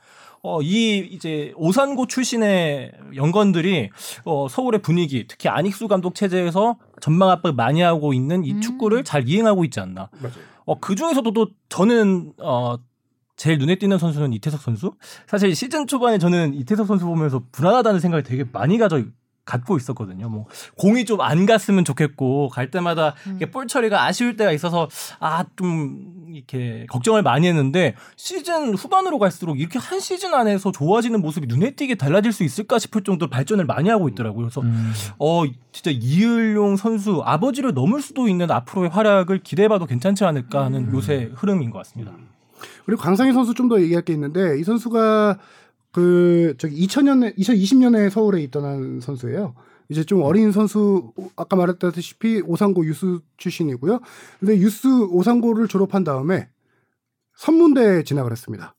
[SPEAKER 3] 어, 이 이제 오산고 출신의 연건들이 어, 서울의 분위기, 특히 안익수 감독 체제에서 전방 압박 많이 하고 있는 이 축구를 잘 이행하고 있지 않나. 어, 그 중에서도 또 저는 어, 제일 눈에 띄는 선수는 이태석 선수. 사실 시즌 초반에 저는 이태석 선수 보면서 불안하다는 생각이 되게 많이 가져 갖고 있었거든요. 뭐 공이 좀 안 갔으면 좋겠고 갈 때마다
[SPEAKER 2] 음.
[SPEAKER 3] 이게 볼 처리가 아쉬울 때가 있어서 아 좀 이렇게 걱정을 많이 했는데 시즌 후반으로 갈수록 이렇게 한 시즌 안에서 좋아지는 모습이 눈에 띄게 달라질 수 있을까 싶을 정도로 발전을 많이 하고 있더라고요. 그래서
[SPEAKER 2] 음.
[SPEAKER 4] 음.
[SPEAKER 3] 어 진짜 이을용 선수 아버지를 넘을 수도 있는 앞으로의 활약을 기대해봐도 괜찮지 않을까 하는
[SPEAKER 2] 음.
[SPEAKER 3] 요새 흐름인 것 같습니다.
[SPEAKER 4] 그리고 강상희 선수 좀 더 얘기할 게 있는데 이 선수가 그 저기 2000년에 2020년에 서울에 입단한 선수예요. 이제 좀 어린 선수 아까 말했다시피 오상고 유스 출신이고요. 근데 유스 오상고를 졸업한 다음에 선문대에 진학을 했습니다.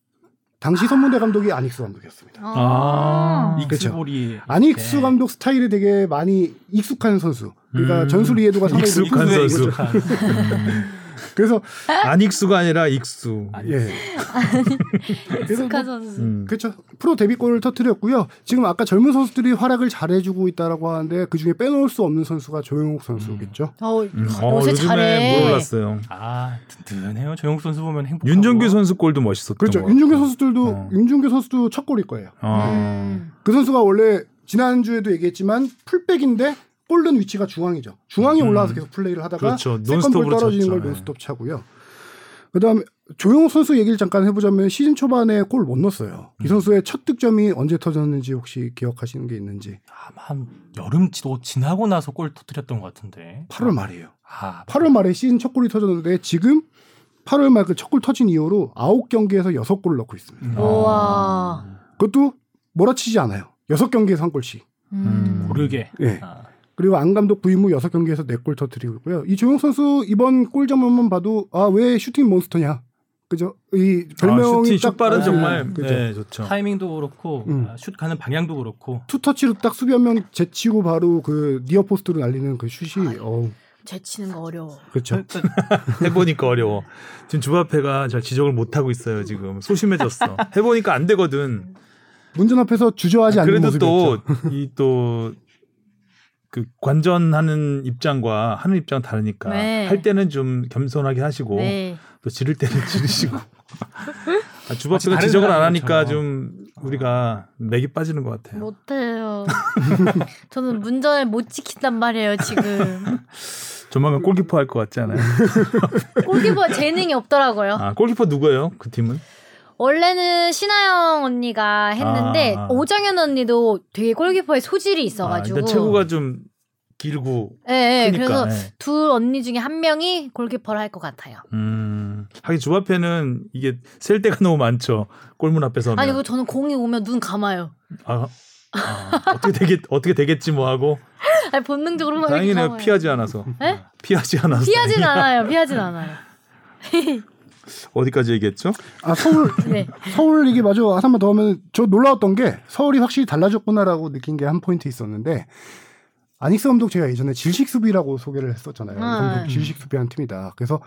[SPEAKER 4] 당시 선문대 감독이 안익수 감독이었습니다.
[SPEAKER 2] 아.
[SPEAKER 3] 익스볼이
[SPEAKER 2] 네.
[SPEAKER 4] 안익수 감독 스타일에 되게 많이 익숙한 선수. 그러니까
[SPEAKER 2] 음.
[SPEAKER 4] 전술 이해도가 상당히
[SPEAKER 2] 익숙한
[SPEAKER 4] 높은
[SPEAKER 2] 선수.
[SPEAKER 4] 선수죠. 그래서
[SPEAKER 2] 안익수가 아니라 익수.
[SPEAKER 4] 예. 그래서 뭐
[SPEAKER 5] 스카 선수.
[SPEAKER 2] 음.
[SPEAKER 4] 그렇죠. 프로 데뷔골을 터뜨렸고요. 지금 아까 젊은 선수들이 활약을 잘해주고 있다라고 하는데 그 중에 빼놓을 수 없는 선수가 조용욱 선수겠죠.
[SPEAKER 5] 어,
[SPEAKER 2] 음.
[SPEAKER 4] 아,
[SPEAKER 5] 어, 요새 잘해.
[SPEAKER 2] 뭘 올랐어요.
[SPEAKER 3] 아 든든해요. 조영욱 선수 보면 행복.
[SPEAKER 2] 윤정규 선수 골도 멋있었던
[SPEAKER 4] 그렇죠.
[SPEAKER 2] 것
[SPEAKER 4] 윤종규
[SPEAKER 2] 같고.
[SPEAKER 4] 선수들도
[SPEAKER 2] 어.
[SPEAKER 4] 윤종규 선수도 첫 골일 거예요.
[SPEAKER 2] 어.
[SPEAKER 5] 음.
[SPEAKER 4] 그 선수가 원래 지난 주에도 얘기했지만 풀백인데 골른 위치가 중앙이죠. 중앙에
[SPEAKER 2] 음.
[SPEAKER 4] 올라와서 계속 플레이를 하다가
[SPEAKER 2] 그렇죠.
[SPEAKER 4] 세컨볼
[SPEAKER 2] 논스톱으로
[SPEAKER 4] 떨어지는
[SPEAKER 2] 찼죠.
[SPEAKER 4] 걸
[SPEAKER 2] 네.
[SPEAKER 4] 논스톱 차고요. 그다음에 조용욱 선수 얘기를 잠깐 해보자면 시즌 초반에 골 못 넣었어요.
[SPEAKER 2] 음.
[SPEAKER 4] 이 선수의 첫 득점이 언제 터졌는지 혹시 기억하시는 게 있는지
[SPEAKER 3] 아마 한 여름 지- 지나고 나서 골 터뜨렸던 것 같은데.
[SPEAKER 4] 8월 말이에요.
[SPEAKER 3] 아
[SPEAKER 4] 8월 말에 시즌 첫 골이 터졌는데 지금 8월 말 그 첫 골 터진 이후로 9경기에서 6골을 넣고 있습니다.
[SPEAKER 3] 음.
[SPEAKER 2] 아.
[SPEAKER 3] 어,
[SPEAKER 5] 우와.
[SPEAKER 4] 그것도 몰아치지 않아요. 6경기에서 한 골씩.
[SPEAKER 5] 음.
[SPEAKER 3] 모르게.
[SPEAKER 4] 예.
[SPEAKER 3] 아,
[SPEAKER 4] 그리고 안 감독 부임 후 6경기에서 4골 터뜨리고 있고요. 이 조용 선수 이번 골 장면만 봐도 아 왜 슈팅 몬스터냐. 그죠? 이
[SPEAKER 2] 아,
[SPEAKER 4] 별명이
[SPEAKER 2] 슈팅, 슛발은
[SPEAKER 4] 아,
[SPEAKER 2] 정말
[SPEAKER 4] 그죠?
[SPEAKER 2] 네, 좋죠.
[SPEAKER 3] 타이밍도 그렇고
[SPEAKER 4] 음.
[SPEAKER 3] 아, 슛 가는 방향도 그렇고.
[SPEAKER 4] 투터치로 딱 수비 한 명 제치고 바로 그 니어 포스트로 날리는 그 슛이 어우
[SPEAKER 5] 제치는 거 어려워.
[SPEAKER 4] 그렇죠.
[SPEAKER 2] 해보니까 어려워. 지금 주바페가 잘 지적을 못 하고 있어요. 지금 소심해졌어. 해보니까 안 되거든.
[SPEAKER 4] 문전 앞에서 주저하지 않는
[SPEAKER 2] 아, 그래도 또
[SPEAKER 4] 모습이죠.
[SPEAKER 2] 이 또 그 관전하는 입장과 하는 입장은 다르니까
[SPEAKER 5] 네.
[SPEAKER 2] 할 때는 좀 겸손하게 하시고
[SPEAKER 5] 네.
[SPEAKER 2] 또 지를 때는 지르시고 아,
[SPEAKER 3] 마치
[SPEAKER 2] 주바페가
[SPEAKER 3] 다른
[SPEAKER 2] 지적을 안
[SPEAKER 3] 사람처럼.
[SPEAKER 2] 하니까 좀 우리가 맥이 빠지는 것 같아요.
[SPEAKER 5] 뭐 못해요. 저는 문전을 못 지킨단 말이에요 지금.
[SPEAKER 2] 조만간 골키퍼 할 것 같지 않아요?
[SPEAKER 5] 네. 골키퍼 재능이 없더라고요.
[SPEAKER 2] 아 골키퍼 누구예요? 그 팀은?
[SPEAKER 5] 원래는 신하영 언니가 했는데
[SPEAKER 2] 아.
[SPEAKER 5] 오정현 언니도 되게 골키퍼에 소질이
[SPEAKER 2] 아,
[SPEAKER 5] 있어가지고.
[SPEAKER 2] 일단 체구가 좀 길고
[SPEAKER 5] 예, 예,
[SPEAKER 2] 크니까.
[SPEAKER 5] 그래서
[SPEAKER 2] 예.
[SPEAKER 5] 두 언니 중에 한 명이 골키퍼를 할 것 같아요.
[SPEAKER 2] 음, 하긴 주바페는 이게 셀 때가 너무 많죠. 골문 앞에서.
[SPEAKER 5] 아니
[SPEAKER 2] 하면.
[SPEAKER 5] 그 저는 공이 오면 눈 감아요.
[SPEAKER 2] 아, 아, 어떻게 되겠 어떻게 되겠지 뭐 하고
[SPEAKER 5] 아니 본능적으로 막 이렇게 예?
[SPEAKER 2] 다행이네요
[SPEAKER 5] 감아요.
[SPEAKER 2] 피하지 않아서
[SPEAKER 5] 예?
[SPEAKER 2] 피하지 않아서
[SPEAKER 5] 피하진 않아요. 피하진 않아요.
[SPEAKER 2] 어디까지 얘기했죠?
[SPEAKER 4] 아 서울
[SPEAKER 5] 네.
[SPEAKER 4] 서울 이게 맞아. 한번 더 하면 저 놀라웠던 게 서울이 확실히 달라졌구나라고 느낀 게 한 포인트 있었는데 아닉스 감독 제가 예전에 질식 수비라고 소개를 했었잖아요.
[SPEAKER 5] 아,
[SPEAKER 4] 이 감독 질식 수비한 팀이다. 그래서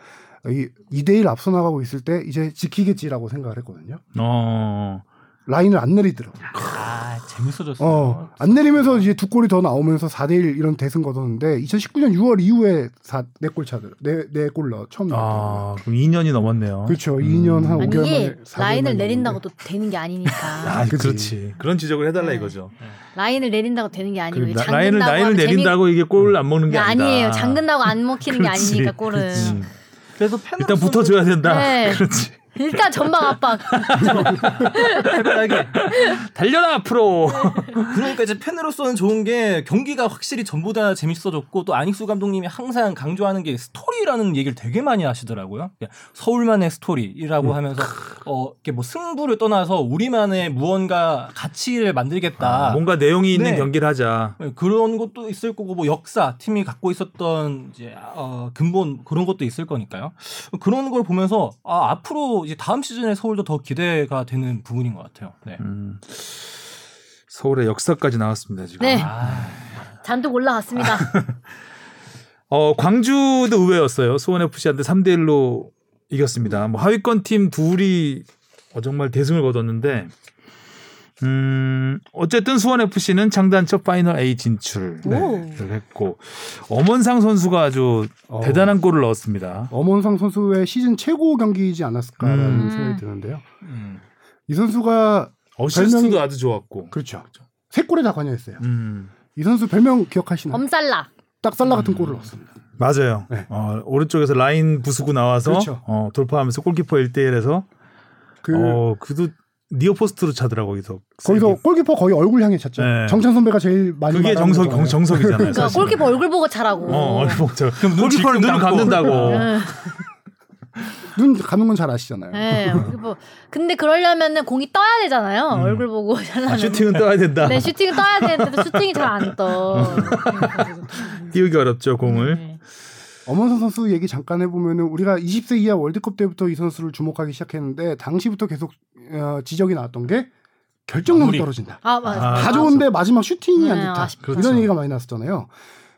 [SPEAKER 4] 이 2대1 앞서 나가고 있을 때 이제 지키겠지라고 생각을 했거든요.
[SPEAKER 2] 어.
[SPEAKER 4] 라인을 안 내리더라고요.
[SPEAKER 3] 아 재밌어졌어.
[SPEAKER 4] 어,
[SPEAKER 2] 아,
[SPEAKER 4] 안 내리면서 이제 두 골이 더 나오면서 4대1 이런 대승 거뒀는데 2019년 6월 이후에 4, 4골 차들, 네, 4골 넣어 처음 나왔더라고요.
[SPEAKER 2] 아, 그럼 2년이 넘었네요.
[SPEAKER 4] 그렇죠.
[SPEAKER 2] 음.
[SPEAKER 4] 2년 한
[SPEAKER 5] 아니
[SPEAKER 4] 5개월 만에
[SPEAKER 5] 이게
[SPEAKER 4] 4골
[SPEAKER 5] 라인을
[SPEAKER 4] 만에
[SPEAKER 5] 내린다고
[SPEAKER 4] 넣었는데.
[SPEAKER 5] 또 되는 게 아니니까
[SPEAKER 2] 아,
[SPEAKER 4] 그치.
[SPEAKER 2] 그렇지. 그런 지적을 해달라
[SPEAKER 5] 네.
[SPEAKER 2] 이거죠.
[SPEAKER 5] 라인을 내린다고 되는 게 아니고
[SPEAKER 2] 그리고
[SPEAKER 5] 이게
[SPEAKER 2] 나- 라인을
[SPEAKER 5] 잠근다고
[SPEAKER 2] 라인을
[SPEAKER 5] 하면 재미-
[SPEAKER 2] 내린다고 이게 골을 안 먹는
[SPEAKER 5] 네,
[SPEAKER 2] 게 아니다.
[SPEAKER 5] 아니에요. 잠근다고 안 먹히는 네. 게
[SPEAKER 2] 그렇지,
[SPEAKER 5] 아니니까 골은 음.
[SPEAKER 2] 그렇지.
[SPEAKER 3] 그래서 팬
[SPEAKER 2] 일단 붙어줘야 된다.
[SPEAKER 5] 네.
[SPEAKER 2] 그렇지.
[SPEAKER 5] 일단 전방 압박.
[SPEAKER 2] 달려라 앞으로.
[SPEAKER 3] 그러니까 이제 팬으로서는 좋은 게 경기가 확실히 전보다 재밌어졌고 또 안익수 감독님이 항상 강조하는 게 스토리라는 얘기를 되게 많이 하시더라고요. 그러니까 서울만의 스토리라고
[SPEAKER 2] 음.
[SPEAKER 3] 하면서 어 이렇게 뭐 승부를 떠나서 우리만의 무언가 가치를 만들겠다.
[SPEAKER 2] 뭔가 내용이 있는
[SPEAKER 3] 네.
[SPEAKER 2] 경기를 하자.
[SPEAKER 3] 네, 그런 것도 있을 거고 뭐 역사 팀이 갖고 있었던 이제 어, 근본 그런 것도 있을 거니까요. 그런 걸 보면서 아, 앞으로 이제 다음 시즌에 서울도 더 기대가 되는 부분인 것 같아요. 네.
[SPEAKER 2] 음. 서울의 역사까지 나왔습니다 지금.
[SPEAKER 5] 네.
[SPEAKER 3] 아,
[SPEAKER 5] 잔뜩 올라갔습니다.
[SPEAKER 2] 어 광주도 의외였어요. 수원 FC한테 3대 1로 이겼습니다. 뭐 하위권 팀 둘이 어, 정말 대승을 거뒀는데 음 어쨌든 수원 FC는 창단첫 파이널 A 진출을
[SPEAKER 5] 오.
[SPEAKER 2] 했고 엄원상 선수가 아주
[SPEAKER 4] 어.
[SPEAKER 2] 대단한 골을 넣었습니다.
[SPEAKER 4] 엄원상 선수의 시즌 최고 경기이지 않았을까라는
[SPEAKER 5] 음.
[SPEAKER 4] 생각이 드는데요.
[SPEAKER 3] 음.
[SPEAKER 4] 이 선수가
[SPEAKER 2] 어시스트도
[SPEAKER 4] 별명이-
[SPEAKER 2] 아주 좋았고.
[SPEAKER 4] 그렇죠. 세 골에 다 관여했어요.
[SPEAKER 2] 음
[SPEAKER 4] 이 선수 별명 기억하시나요?
[SPEAKER 5] 엄살라.
[SPEAKER 4] 딱 살라 같은 골을 넣었습니다.
[SPEAKER 2] 맞아요.
[SPEAKER 4] 네.
[SPEAKER 2] 어, 오른쪽에서 라인 부수고 나와서
[SPEAKER 4] 그렇죠.
[SPEAKER 2] 어, 돌파하면서 골키퍼 1대1에서
[SPEAKER 4] 그
[SPEAKER 2] 어 그도 니어 포스트로 차더라고 거기서.
[SPEAKER 4] 거기서 골키퍼 거의 얼굴 향해 찼죠.
[SPEAKER 2] 네.
[SPEAKER 4] 정찬 선배가 제일 많이
[SPEAKER 2] 그게
[SPEAKER 4] 말하는
[SPEAKER 2] 정석
[SPEAKER 4] 거잖아요.
[SPEAKER 2] 정석이잖아요.
[SPEAKER 5] 그러니까
[SPEAKER 2] 사실은.
[SPEAKER 5] 골키퍼 얼굴 보고 차라고.
[SPEAKER 2] 어, 얼굴 저
[SPEAKER 3] 그럼 눈
[SPEAKER 2] 골키퍼는
[SPEAKER 3] 질끈
[SPEAKER 2] 눈을
[SPEAKER 3] 감고.
[SPEAKER 2] 감는다고.
[SPEAKER 5] 네.
[SPEAKER 4] 눈 감는 건 잘 아시잖아요.
[SPEAKER 5] 네. 뭐, 근데 그러려면은 공이 떠야 되잖아요. 얼굴 보고
[SPEAKER 2] 아,
[SPEAKER 5] 잘라면.
[SPEAKER 2] 슈팅은 떠야 된다.
[SPEAKER 5] 네, 슈팅 떠야 되는데 슈팅이 잘 안 떠.
[SPEAKER 2] 음. 띄우기 어렵죠 공을.
[SPEAKER 5] 네.
[SPEAKER 4] 엄원선 선수 얘기 잠깐 해보면은 우리가 20세 이하 월드컵 때부터 이 선수를 주목하기 시작했는데 당시부터 계속 어, 지적이 나왔던 게 결정력이
[SPEAKER 3] 마무리.
[SPEAKER 4] 떨어진다.
[SPEAKER 5] 아, 맞아.
[SPEAKER 2] 아,
[SPEAKER 4] 다 좋은데 마지막 슈팅이 안
[SPEAKER 5] 네,
[SPEAKER 4] 좋다.
[SPEAKER 5] 아쉽다.
[SPEAKER 4] 이런 얘기가 많이 났었잖아요.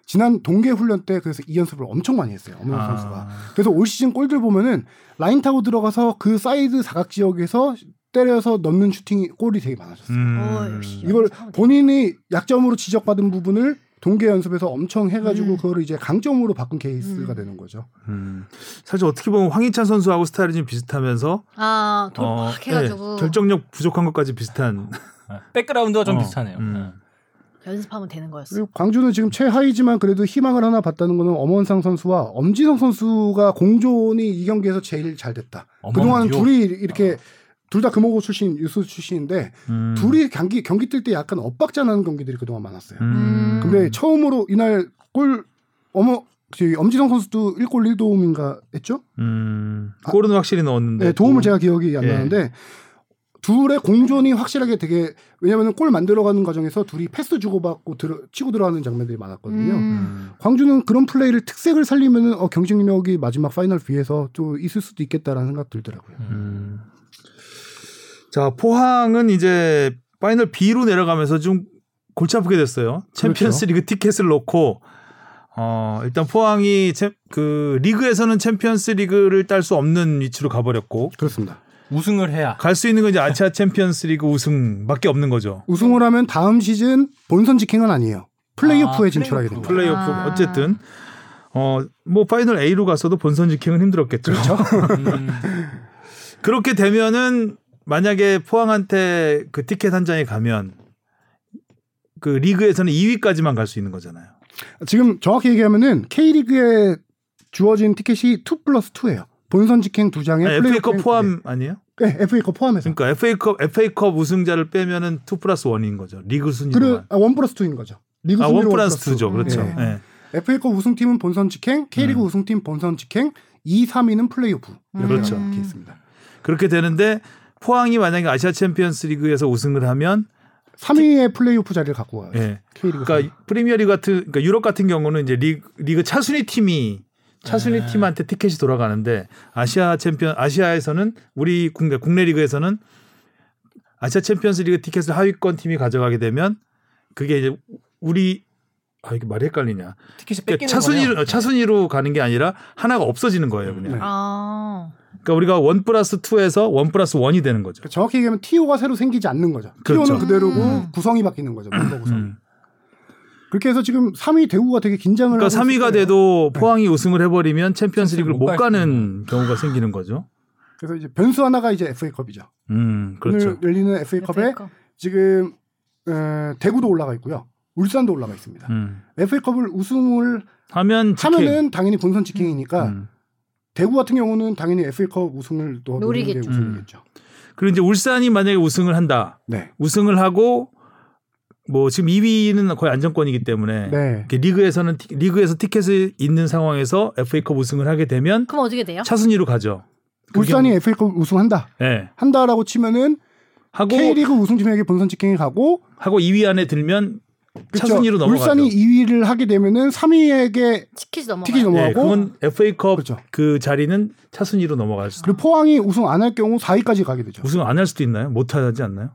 [SPEAKER 4] 지난 동계 훈련 때 그래서 이 연습을 엄청 많이 했어요. 엄원선
[SPEAKER 2] 아.
[SPEAKER 4] 선수가. 그래서 올 시즌 골들 보면은 라인 타고 들어가서 그 사이드 사각 지역에서 때려서 넣는 슈팅이 골이 되게 많아졌어요.
[SPEAKER 2] 음.
[SPEAKER 5] 어, 역시.
[SPEAKER 4] 이걸
[SPEAKER 1] 음.
[SPEAKER 5] 참
[SPEAKER 4] 본인이 약점으로 지적받은 부분을 동계 연습에서 엄청 해가지고
[SPEAKER 5] 음.
[SPEAKER 4] 그거를 이제 강점으로 바꾼 케이스가
[SPEAKER 5] 음.
[SPEAKER 4] 되는 거죠.
[SPEAKER 2] 음. 사실 어떻게 보면 황희찬 선수하고 스타일이 좀 비슷하면서
[SPEAKER 5] 아, 돌
[SPEAKER 2] 어,
[SPEAKER 4] 예,
[SPEAKER 5] 팍 해가지고
[SPEAKER 2] 네, 결정력 부족한 것까지 비슷한.
[SPEAKER 3] 아, 백그라운드가 좀
[SPEAKER 2] 어,
[SPEAKER 3] 비슷하네요.
[SPEAKER 2] 음.
[SPEAKER 5] 연습하면 되는 거였어.
[SPEAKER 4] 그리고 광주는 지금 최하위지만 그래도 희망을 하나 봤다는 거는 엄원상 선수와 엄진성 선수가 공존이 이 경기에서 제일 잘 됐다. 그동안
[SPEAKER 3] 어머니요.
[SPEAKER 4] 둘이 이렇게 둘 다 금호고 출신 유스 출신인데
[SPEAKER 2] 음.
[SPEAKER 4] 둘이 경기 경기 뛸 때 약간 엇박자 나는 경기들이 그동안 많았어요.
[SPEAKER 2] 음.
[SPEAKER 4] 근데 처음으로 이날 골 어머 저기 엄진성 선수도 1골 1도움인가 했죠?
[SPEAKER 2] 음. 골은 확실히 넣었는데.
[SPEAKER 4] 네, 도움을
[SPEAKER 2] 또-
[SPEAKER 4] 제가 기억이 안
[SPEAKER 2] 예.
[SPEAKER 4] 나는데 둘의 공존이 확실하게 되게 왜냐하면 골 만들어가는 과정에서 둘이 패스 주고받고 들어, 치고 들어가는 장면들이 많았거든요.
[SPEAKER 5] 음.
[SPEAKER 2] 음.
[SPEAKER 4] 광주는 그런 플레이를 특색을 살리면은 어, 경쟁력이 마지막 파이널 비해서 좀 있을 수도 있겠다라는 생각 들더라고요.
[SPEAKER 2] 음. 자 포항은 이제 파이널 B로 내려가면서 좀 골치 아프게 됐어요. 챔피언스리그 티켓을 놓고 어 일단 포항이 챔- 그 리그에서는 챔피언스리그를 딸 수 없는 위치로 가버렸고
[SPEAKER 4] 그렇습니다.
[SPEAKER 3] 우승을 해야
[SPEAKER 2] 갈 수 있는 건 이제 아시아 챔피언스리그 우승밖에 없는 거죠.
[SPEAKER 4] 우승을 하면 다음 시즌 본선 직행은 아니에요. 플레이오프에
[SPEAKER 3] 아,
[SPEAKER 4] 진출하게
[SPEAKER 3] 플레이오프.
[SPEAKER 4] 됩니다.
[SPEAKER 2] 플레이오프
[SPEAKER 5] 아.
[SPEAKER 2] 어쨌든 어 뭐 파이널 A로 갔어도 본선 직행은 힘들었겠죠. 그
[SPEAKER 3] 음,
[SPEAKER 2] 그렇게 되면은 만약에 포항한테 그 티켓 한 장에 가면 그 리그에서는 2위까지만 갈 수 있는 거잖아요.
[SPEAKER 4] 지금 정확히 얘기하면은 K리그에 주어진 티켓이 2 플러스 2예요. 본선 직행 두 장에
[SPEAKER 2] 아니,
[SPEAKER 4] 플레이오프
[SPEAKER 2] FA컵 포함 아니에요?
[SPEAKER 4] 네, FA컵 포함해서.
[SPEAKER 2] 그러니까 FA컵 FA컵 우승자를 빼면은 2 플러스 1인 거죠. 리그
[SPEAKER 4] 그리고
[SPEAKER 2] 순위만.
[SPEAKER 4] 아, 원 플러스 투인 거죠. 리그
[SPEAKER 2] 아,
[SPEAKER 4] 순위로
[SPEAKER 2] 1
[SPEAKER 4] 원
[SPEAKER 2] 플러스 2죠. 그렇죠.
[SPEAKER 4] 예.
[SPEAKER 2] 예.
[SPEAKER 4] FA컵 우승팀은 본선 직행, K리그
[SPEAKER 2] 음.
[SPEAKER 4] 우승팀 본선 직행, 2, 3위는 플레이오프. 이렇게
[SPEAKER 2] 그렇죠.
[SPEAKER 4] 이렇게 있습니다.
[SPEAKER 2] 그렇게 되는데 포항이 만약에 아시아 챔피언스 리그에서 우승을 하면
[SPEAKER 4] 3위의 플레이오프 자리를 갖고 가요.
[SPEAKER 2] 예.
[SPEAKER 4] K리그.
[SPEAKER 2] 그러니까 프리미어리그 같은 그러니까 유럽 같은 경우는 이제 리그, 리그 차순위 팀이 차순위
[SPEAKER 3] 네.
[SPEAKER 2] 팀한테 티켓이 돌아가는데 아시아 챔피언 아시아에서는 우리 국내 국내 리그에서는 아시아 챔피언스리그 티켓을 하위권 팀이 가져가게 되면 그게 이제 우리 아 이게 말이 헷갈리냐
[SPEAKER 3] 티켓이
[SPEAKER 2] 그러니까
[SPEAKER 3] 뺏기는
[SPEAKER 2] 차순위로
[SPEAKER 3] 거네요.
[SPEAKER 2] 차순위로 가는 게 아니라 하나가 없어지는 거예요 그냥
[SPEAKER 4] 네.
[SPEAKER 5] 아.
[SPEAKER 2] 그러니까 우리가 원 플러스 투에서 원 플러스 원이 되는 거죠.
[SPEAKER 4] 그러니까 정확히 얘기하면 TO가 새로 생기지 않는 거죠.
[SPEAKER 2] 그렇죠.
[SPEAKER 4] TO는 그대로고
[SPEAKER 5] 음.
[SPEAKER 4] 구성이 바뀌는 거죠. 멤버 구성.
[SPEAKER 2] 음.
[SPEAKER 4] 그렇게 해서 지금 3위 대구가 되게 긴장을
[SPEAKER 2] 그러니까
[SPEAKER 4] 하고
[SPEAKER 2] 3위가
[SPEAKER 4] 있을 거예요.
[SPEAKER 2] 돼도 포항이 우승을 해버리면 챔피언스리그를 못
[SPEAKER 3] 네. 못
[SPEAKER 2] 가는 경우가 생기는 거죠.
[SPEAKER 4] 그래서 이제 변수 하나가 이제 FA컵이죠.
[SPEAKER 2] 음 그렇죠.
[SPEAKER 4] 오늘 열리는 FA컵에
[SPEAKER 5] 그러니까.
[SPEAKER 4] 지금 어, 대구도 올라가 있고요. 울산도 올라가 있습니다.
[SPEAKER 2] 음.
[SPEAKER 4] FA컵을 우승을
[SPEAKER 2] 하면 직행.
[SPEAKER 4] 하면은 아. 당연히 본선 직행이니까
[SPEAKER 2] 음.
[SPEAKER 4] 대구 같은 경우는 당연히 FA컵 우승을 또 노리는 게
[SPEAKER 5] 노리겠죠.
[SPEAKER 4] 우승이겠죠.
[SPEAKER 2] 음. 그리고 이제 울산이 만약에 우승을 한다.
[SPEAKER 4] 네.
[SPEAKER 2] 우승을 하고 뭐 지금 2위는 거의 안정권이기 때문에
[SPEAKER 4] 네.
[SPEAKER 2] 이렇게 리그에서는 티- 리그에서 티켓이 있는 상황에서 FA컵 우승을 하게 되면
[SPEAKER 5] 그럼 어떻게 돼요?
[SPEAKER 2] 차순위로 가죠. 그
[SPEAKER 4] 울산이 FA컵 우승한다.
[SPEAKER 2] 예.
[SPEAKER 4] 한다라고 치면은
[SPEAKER 2] 하고
[SPEAKER 4] K리그 우승팀에게 본선 직행이 가고
[SPEAKER 2] 하고 2위 안에 들면
[SPEAKER 4] 그쵸?
[SPEAKER 2] 차순위로 넘어가죠.
[SPEAKER 4] 울산이 2위를 하게 되면은 3위에게
[SPEAKER 5] 치킨이 넘어.
[SPEAKER 4] 티켓이
[SPEAKER 2] 예,
[SPEAKER 4] 넘어가고
[SPEAKER 2] 그건 FA컵
[SPEAKER 4] 그렇죠.
[SPEAKER 2] 그 자리는 차순위로 넘어갈 수.
[SPEAKER 4] 그리고 포항이 우승 안 할 경우 4위까지 가게 되죠.
[SPEAKER 2] 우승 안 할 수도 있나요? 못 하지 않나요?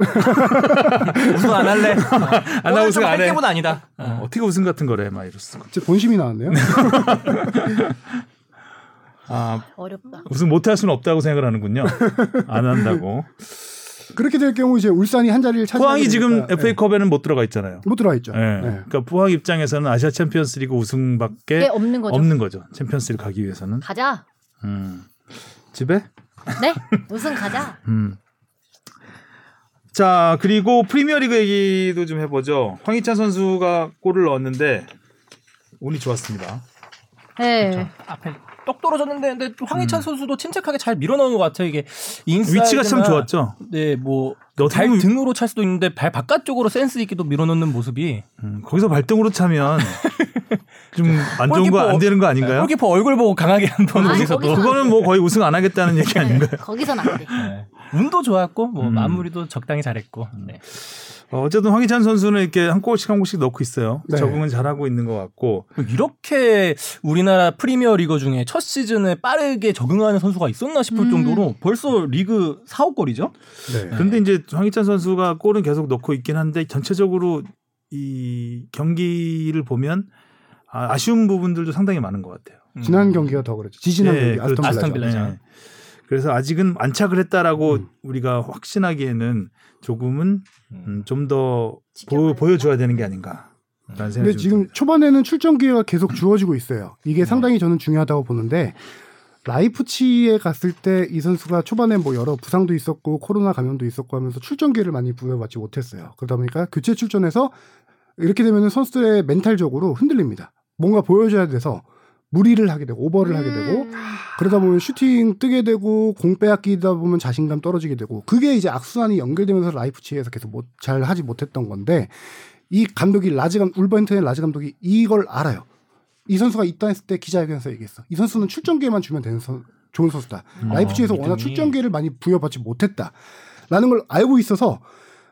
[SPEAKER 3] 우승 안 할래. 어.
[SPEAKER 2] 안 하고 우승 안 해.
[SPEAKER 3] 은 아니다.
[SPEAKER 2] 어, 어떻게 우승 같은 거래 막 이랬어.
[SPEAKER 4] 제 본심이 나왔네요.
[SPEAKER 2] 아
[SPEAKER 5] 어렵다.
[SPEAKER 2] 우승 못 할 수는 없다고 생각을 하는군요. 안 한다고.
[SPEAKER 4] 그렇게 될 경우 이제 울산이 한 자리를 차지.
[SPEAKER 2] 포항이 지금 FA컵에는 그러니까, 예. 못 들어가 있잖아요.
[SPEAKER 4] 못 들어와 있죠.
[SPEAKER 2] 예.
[SPEAKER 4] 네.
[SPEAKER 2] 그러니까 포항 입장에서는 아시아 챔피언스리그 우승밖에
[SPEAKER 4] 예.
[SPEAKER 5] 네, 없는 거죠.
[SPEAKER 2] 없는 거죠. 챔피언스리그 가기 위해서는.
[SPEAKER 5] 가자.
[SPEAKER 2] 음. 집에?
[SPEAKER 5] 네. 우승 가자.
[SPEAKER 2] 음. 자 그리고 프리미어리그 얘기도 좀 해보죠. 황희찬 선수가 골을 넣었는데 운이 좋았습니다.
[SPEAKER 5] 네.
[SPEAKER 4] 그렇죠.
[SPEAKER 3] 앞에 똑 떨어졌는데 근데 또 황희찬 선수도 침착하게 잘 밀어넣은 것 같아요. 이게 인사이드나
[SPEAKER 2] 음. 위치가 참 좋았죠.
[SPEAKER 3] 네, 뭐
[SPEAKER 2] 어떻게
[SPEAKER 3] 발
[SPEAKER 2] 보면-
[SPEAKER 3] 등으로 찰 수도 있는데 발 바깥쪽으로 센스 있게도 밀어넣는 모습이
[SPEAKER 2] 음, 거기서 발등으로 차면 좀 안 좋은 거
[SPEAKER 3] 골키퍼-
[SPEAKER 2] 안 되는 거 아닌가요?
[SPEAKER 3] 골키퍼 얼굴 보고 강하게 한번
[SPEAKER 5] 아니,
[SPEAKER 3] 거기서도
[SPEAKER 5] 거기서-
[SPEAKER 2] 그거는 뭐 거의 우승 안 하겠다는 얘기 아닌가요?
[SPEAKER 5] 거기선 안 돼.
[SPEAKER 3] 네. 운도 좋았고 뭐
[SPEAKER 2] 음.
[SPEAKER 3] 마무리도 적당히 잘했고
[SPEAKER 5] 음.
[SPEAKER 3] 네.
[SPEAKER 2] 어, 어쨌든 황희찬 선수는 이렇게 한 골씩 한 골씩 넣고 있어요.
[SPEAKER 4] 네.
[SPEAKER 2] 적응은 잘하고 있는 것 같고
[SPEAKER 3] 뭐 이렇게 우리나라 프리미어 리거 중에 첫 시즌에 빠르게 적응하는 선수가 있었나 싶을
[SPEAKER 5] 음.
[SPEAKER 3] 정도로 벌써 리그 4, 5골이죠?
[SPEAKER 4] 네.
[SPEAKER 2] 그런데 이제 황희찬 선수가 골은 계속 넣고 있긴 한데 전체적으로 이 경기를 보면 아, 아쉬운 부분들도 상당히 많은 것 같아요.
[SPEAKER 4] 지난 경기가 더 그렇죠. 지지난
[SPEAKER 2] 예,
[SPEAKER 4] 경기
[SPEAKER 2] 그
[SPEAKER 4] 아스톤
[SPEAKER 3] 아스톤
[SPEAKER 4] 빌라.
[SPEAKER 3] 빌라. 빌라죠.
[SPEAKER 2] 그래서 아직은 안착을 했다라고
[SPEAKER 4] 음.
[SPEAKER 2] 우리가 확신하기에는 조금은
[SPEAKER 3] 음.
[SPEAKER 2] 좀 더
[SPEAKER 5] 지켜봐야
[SPEAKER 2] 보여줘야 되는 게 아닌가. 라는
[SPEAKER 4] 근데
[SPEAKER 2] 생각이 좀
[SPEAKER 4] 지금
[SPEAKER 2] 듭니다. 네.
[SPEAKER 4] 초반에는 출전 기회가 계속 주어지고 있어요. 이게 상당히 저는 중요하다고 보는데 라이프치에 갔을 때 이 선수가 초반에 뭐 여러 부상도 있었고 코로나 감염도 있었고 하면서 출전 기회를 많이 부여받지 못했어요. 그러다 보니까 교체 출전해서 이렇게 되면 선수들의 멘탈적으로 흔들립니다. 뭔가 보여줘야 돼서 무리를 하게 되고 오버를 하게
[SPEAKER 1] 음.
[SPEAKER 4] 되고
[SPEAKER 5] 음.
[SPEAKER 4] 그러다 보면 슈팅 뜨게 되고 공 빼앗기다 보면 자신감 떨어지게 되고 그게 이제 악순환이 연결되면서 라이프치에서 계속 못, 잘 하지 못했던 건데 이 감독이 라지 감 울버햄튼의 라지 감독이 이걸 알아요. 이 선수가 입단했을 때 기자회견에서 얘기했어. 이 선수는 출전 기회만 주면 되는 선, 좋은 선수다. 라이프치에서 워낙
[SPEAKER 3] 믿음이.
[SPEAKER 4] 출전 기회를 많이 부여받지 못했다. 라는 걸 알고 있어서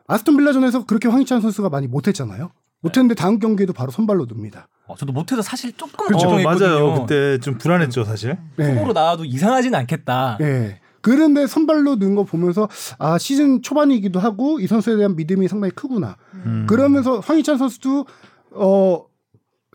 [SPEAKER 4] 아스톤 빌라전에서 그렇게 황희찬 선수가 많이 못했잖아요. 못했는데 다음 경기에도 바로 선발로 듭니다.
[SPEAKER 3] 어, 저도 못해서 사실 조금
[SPEAKER 4] 그렇죠.
[SPEAKER 2] 어,
[SPEAKER 3] 걱정했거든요.
[SPEAKER 2] 맞아요. 그때 좀 불안했죠 사실.
[SPEAKER 3] 음.
[SPEAKER 4] 네.
[SPEAKER 3] 후보로 나와도 이상하진
[SPEAKER 2] 아.
[SPEAKER 3] 않겠다.
[SPEAKER 4] 예. 그런데 선발로 넣은 거 보면서 아 시즌 초반이기도 하고 이 선수에 대한 믿음이 상당히 크구나.
[SPEAKER 2] 음.
[SPEAKER 4] 그러면서 황희찬 선수도 어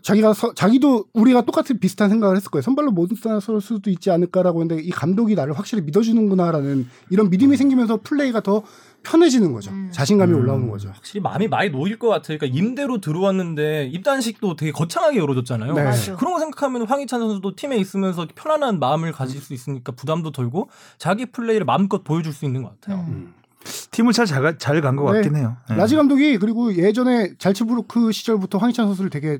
[SPEAKER 4] 자기가 서- 자기도 우리가 똑같은 비슷한 생각을 했을 거예요. 선발로 못 나설 수도 있지 않을까라고 했는데 이 감독이 나를 확실히 믿어주는구나라는 이런 믿음이 생기면서 플레이가 더 편해지는 거죠.
[SPEAKER 2] 음.
[SPEAKER 4] 자신감이 올라오는 거죠.
[SPEAKER 3] 확실히 마음이 많이 놓일 것 같아요. 그러니까 임대로 들어왔는데 입단식도 되게 거창하게 열어줬잖아요.
[SPEAKER 4] 네.
[SPEAKER 5] 맞아.
[SPEAKER 3] 그런 거 생각하면 황희찬 선수도 팀에 있으면서 편안한 마음을 가질 수 있으니까 부담도 덜고 자기 플레이를 마음껏 보여줄 수 있는 것 같아요.
[SPEAKER 4] 음.
[SPEAKER 2] 음. 팀을 잘잘간 것
[SPEAKER 4] 네.
[SPEAKER 2] 같긴 해요. 네.
[SPEAKER 4] 라지 감독이 그리고 예전에 잘츠부르크 시절부터 황희찬 선수를 되게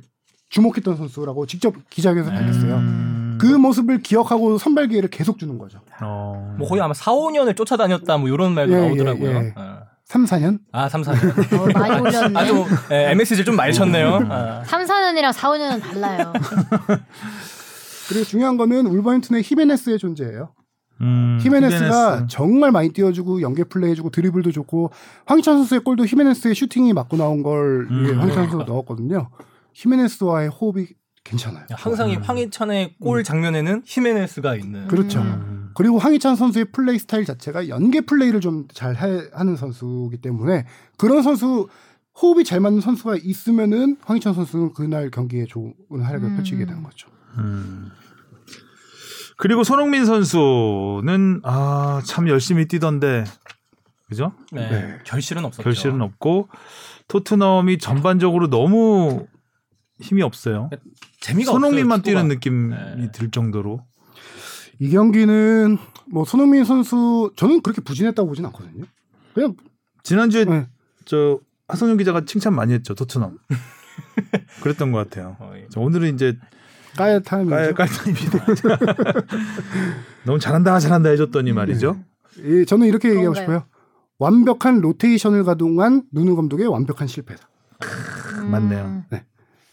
[SPEAKER 4] 주목했던 선수라고 직접 기자회견에서 밝혔어요.
[SPEAKER 2] 음.
[SPEAKER 4] 그 모습을 기억하고 선발 기회를 계속 주는 거죠.
[SPEAKER 2] 어.
[SPEAKER 3] 뭐 거의 아마 4, 5년을 쫓아다녔다 뭐 이런 말도
[SPEAKER 4] 예,
[SPEAKER 3] 나오더라고요.
[SPEAKER 4] 예, 예.
[SPEAKER 3] 어.
[SPEAKER 4] 3, 4년?
[SPEAKER 3] 아, 3, 4년.
[SPEAKER 5] 어, 많이 올렸네.
[SPEAKER 3] 아주 예, MSG를 좀 많이 쳤네요. 아.
[SPEAKER 5] 3, 4년이랑 4, 5년은 달라요.
[SPEAKER 4] 그리고 중요한 거는 울버햄튼의 히메네스의 존재예요.
[SPEAKER 2] 음,
[SPEAKER 4] 히메네스가
[SPEAKER 2] 히메네스.
[SPEAKER 4] 정말 많이 뛰어주고 연계 플레이해주고 드리블도 좋고 황희찬 선수의 골도 히메네스의 슈팅이 맞고 나온 걸
[SPEAKER 2] 음.
[SPEAKER 4] 황희찬 선수가 넣었거든요. 히메네스와의 호흡이 괜찮아요.
[SPEAKER 3] 항상 이 황희찬의 골
[SPEAKER 2] 음.
[SPEAKER 3] 장면에는 히메네스가 있는.
[SPEAKER 4] 그렇죠.
[SPEAKER 5] 음.
[SPEAKER 4] 그리고 황희찬 선수의 플레이 스타일 자체가 연계 플레이를 좀 잘 하는 선수이기 때문에 그런 선수 호흡이 잘 맞는 선수가 있으면은 황희찬 선수는 그날 경기에 좋은 활약을
[SPEAKER 5] 음.
[SPEAKER 4] 펼치게 되는 거죠.
[SPEAKER 2] 음. 그리고 손흥민 선수는 아 참 열심히 뛰던데 그죠?
[SPEAKER 3] 네.
[SPEAKER 4] 네.
[SPEAKER 3] 결실은 없었죠.
[SPEAKER 2] 결실은 없고 토트넘이 전반적으로 너무 힘이 없어요.
[SPEAKER 3] 재미가
[SPEAKER 2] 손흥민만
[SPEAKER 3] 네, 없어요,
[SPEAKER 2] 뛰는
[SPEAKER 3] 축구가.
[SPEAKER 2] 느낌이
[SPEAKER 3] 네.
[SPEAKER 2] 들 정도로.
[SPEAKER 4] 이 경기는 뭐 손흥민 선수 저는 그렇게 부진했다고 보진 않거든요. 그냥
[SPEAKER 2] 지난주에
[SPEAKER 4] 네.
[SPEAKER 2] 저 하성윤 기자가 칭찬 많이 했죠 토트넘. 그랬던 것 같아요.
[SPEAKER 3] 어, 예.
[SPEAKER 2] 자, 오늘은 이제
[SPEAKER 4] 까야
[SPEAKER 3] 음.
[SPEAKER 4] 타임이죠.
[SPEAKER 2] 깔- 깔끔입니다. 너무 잘한다 잘한다 해줬더니
[SPEAKER 3] 음.
[SPEAKER 2] 말이죠.
[SPEAKER 3] 네.
[SPEAKER 4] 예, 저는 이렇게 얘기하고
[SPEAKER 5] 그런가요?
[SPEAKER 4] 싶어요. 완벽한 로테이션을 가동한 누누 감독의 완벽한 실패다.
[SPEAKER 5] 음.
[SPEAKER 2] 맞네요.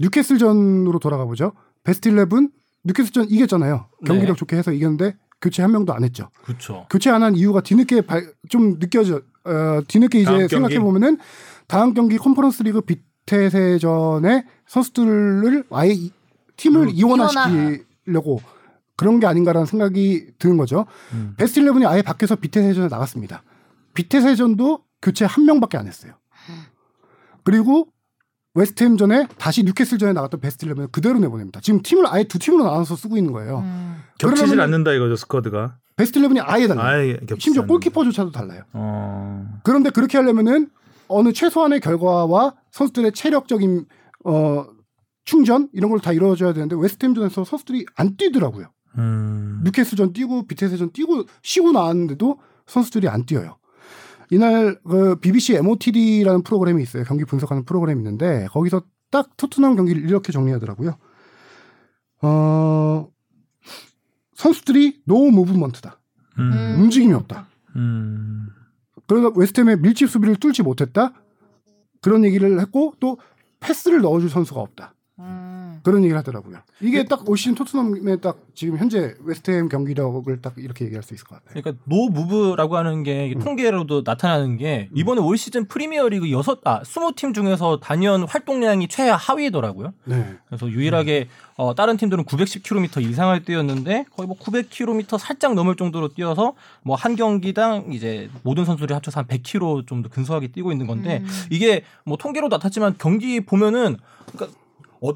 [SPEAKER 4] 뉴캐슬전으로 돌아가 보죠. 베스트 11 뉴캐슬전 이겼잖아요. 경기력
[SPEAKER 3] 네.
[SPEAKER 4] 좋게 해서 이겼는데 교체 한 명도 안 했죠.
[SPEAKER 3] 그렇죠.
[SPEAKER 4] 교체 안 한 이유가 뒤늦게 발- 좀 느껴져 어, 뒤늦게
[SPEAKER 2] 다음
[SPEAKER 4] 이제
[SPEAKER 2] 경기.
[SPEAKER 4] 생각해 보면은 다음 경기 컨퍼런스 리그 비태세전에 선수들을 아예 이- 팀을
[SPEAKER 2] 음.
[SPEAKER 4] 이원화시키려고 그런 게 아닌가라는 생각이 드는 거죠.
[SPEAKER 2] 음.
[SPEAKER 4] 베스트 11이 아예 밖에서 비태세전에 나갔습니다. 비태세전도 교체 한 명밖에 안 했어요. 그리고 웨스트햄전에 다시 뉴캐슬전에 나갔던 베스트 11을 그대로 내보냅니다. 지금 팀을 아예 두 팀으로 나눠서 쓰고 있는 거예요.
[SPEAKER 2] 음.
[SPEAKER 5] 음.
[SPEAKER 2] 겹치질
[SPEAKER 4] 그러면은-
[SPEAKER 2] 않는다 이거죠 스쿼드가.
[SPEAKER 4] 베스트 11이 아예
[SPEAKER 3] 음.
[SPEAKER 4] 달라요.
[SPEAKER 2] 아예 겹치지
[SPEAKER 4] 심지어
[SPEAKER 2] 않는다.
[SPEAKER 4] 골키퍼조차도 달라요.
[SPEAKER 2] 어...
[SPEAKER 4] 그런데 그렇게 하려면은 어느 최소한의 결과와 선수들의 체력적인 어 충전 이런 걸 다 이루어져야 되는데 웨스트햄전에서 선수들이 안 뛰더라고요.
[SPEAKER 2] 음.
[SPEAKER 4] 뉴캐슬전 뛰고 비테스전 뛰고 쉬고 나왔는데도 선수들이 안 뛰어요. 이날 그 BBC MOTD라는 프로그램이 있어요. 경기 분석하는 프로그램이 있는데 거기서 딱 토트넘 경기를 이렇게 정리하더라고요. 어 선수들이 노 무브먼트다.
[SPEAKER 2] 음.
[SPEAKER 4] 움직임이 없다.
[SPEAKER 2] 음.
[SPEAKER 4] 그러다 그러니까 웨스트햄의 밀집 수비를 뚫지 못했다. 그런 얘기를 했고 또 패스를 넣어줄 선수가 없다.
[SPEAKER 5] 음.
[SPEAKER 4] 그런 얘기를 하더라고요.
[SPEAKER 2] 네.
[SPEAKER 4] 이게 딱 올 시즌 토트넘의 딱 지금 현재 웨스트햄 경기력을 딱 이렇게 얘기할 수 있을 것 같아요.
[SPEAKER 3] 그러니까 노 무브라고 하는 게 이게 통계로도 나타나는 게 이번에 올 시즌 프리미어리그 여섯 아 20팀 중에서 단연 활동량이 최하 하위더라고요.
[SPEAKER 4] 네.
[SPEAKER 3] 그래서 유일하게 어, 다른 팀들은 910km 이상을 뛰었는데 거의 뭐 900km 살짝 넘을 정도로 뛰어서 뭐 한 경기당 이제 모든 선수들이 합쳐서 한 100km 좀 더 근소하게 뛰고 있는 건데 이게 뭐 통계로 나타지만 경기 보면은 그러니까 어,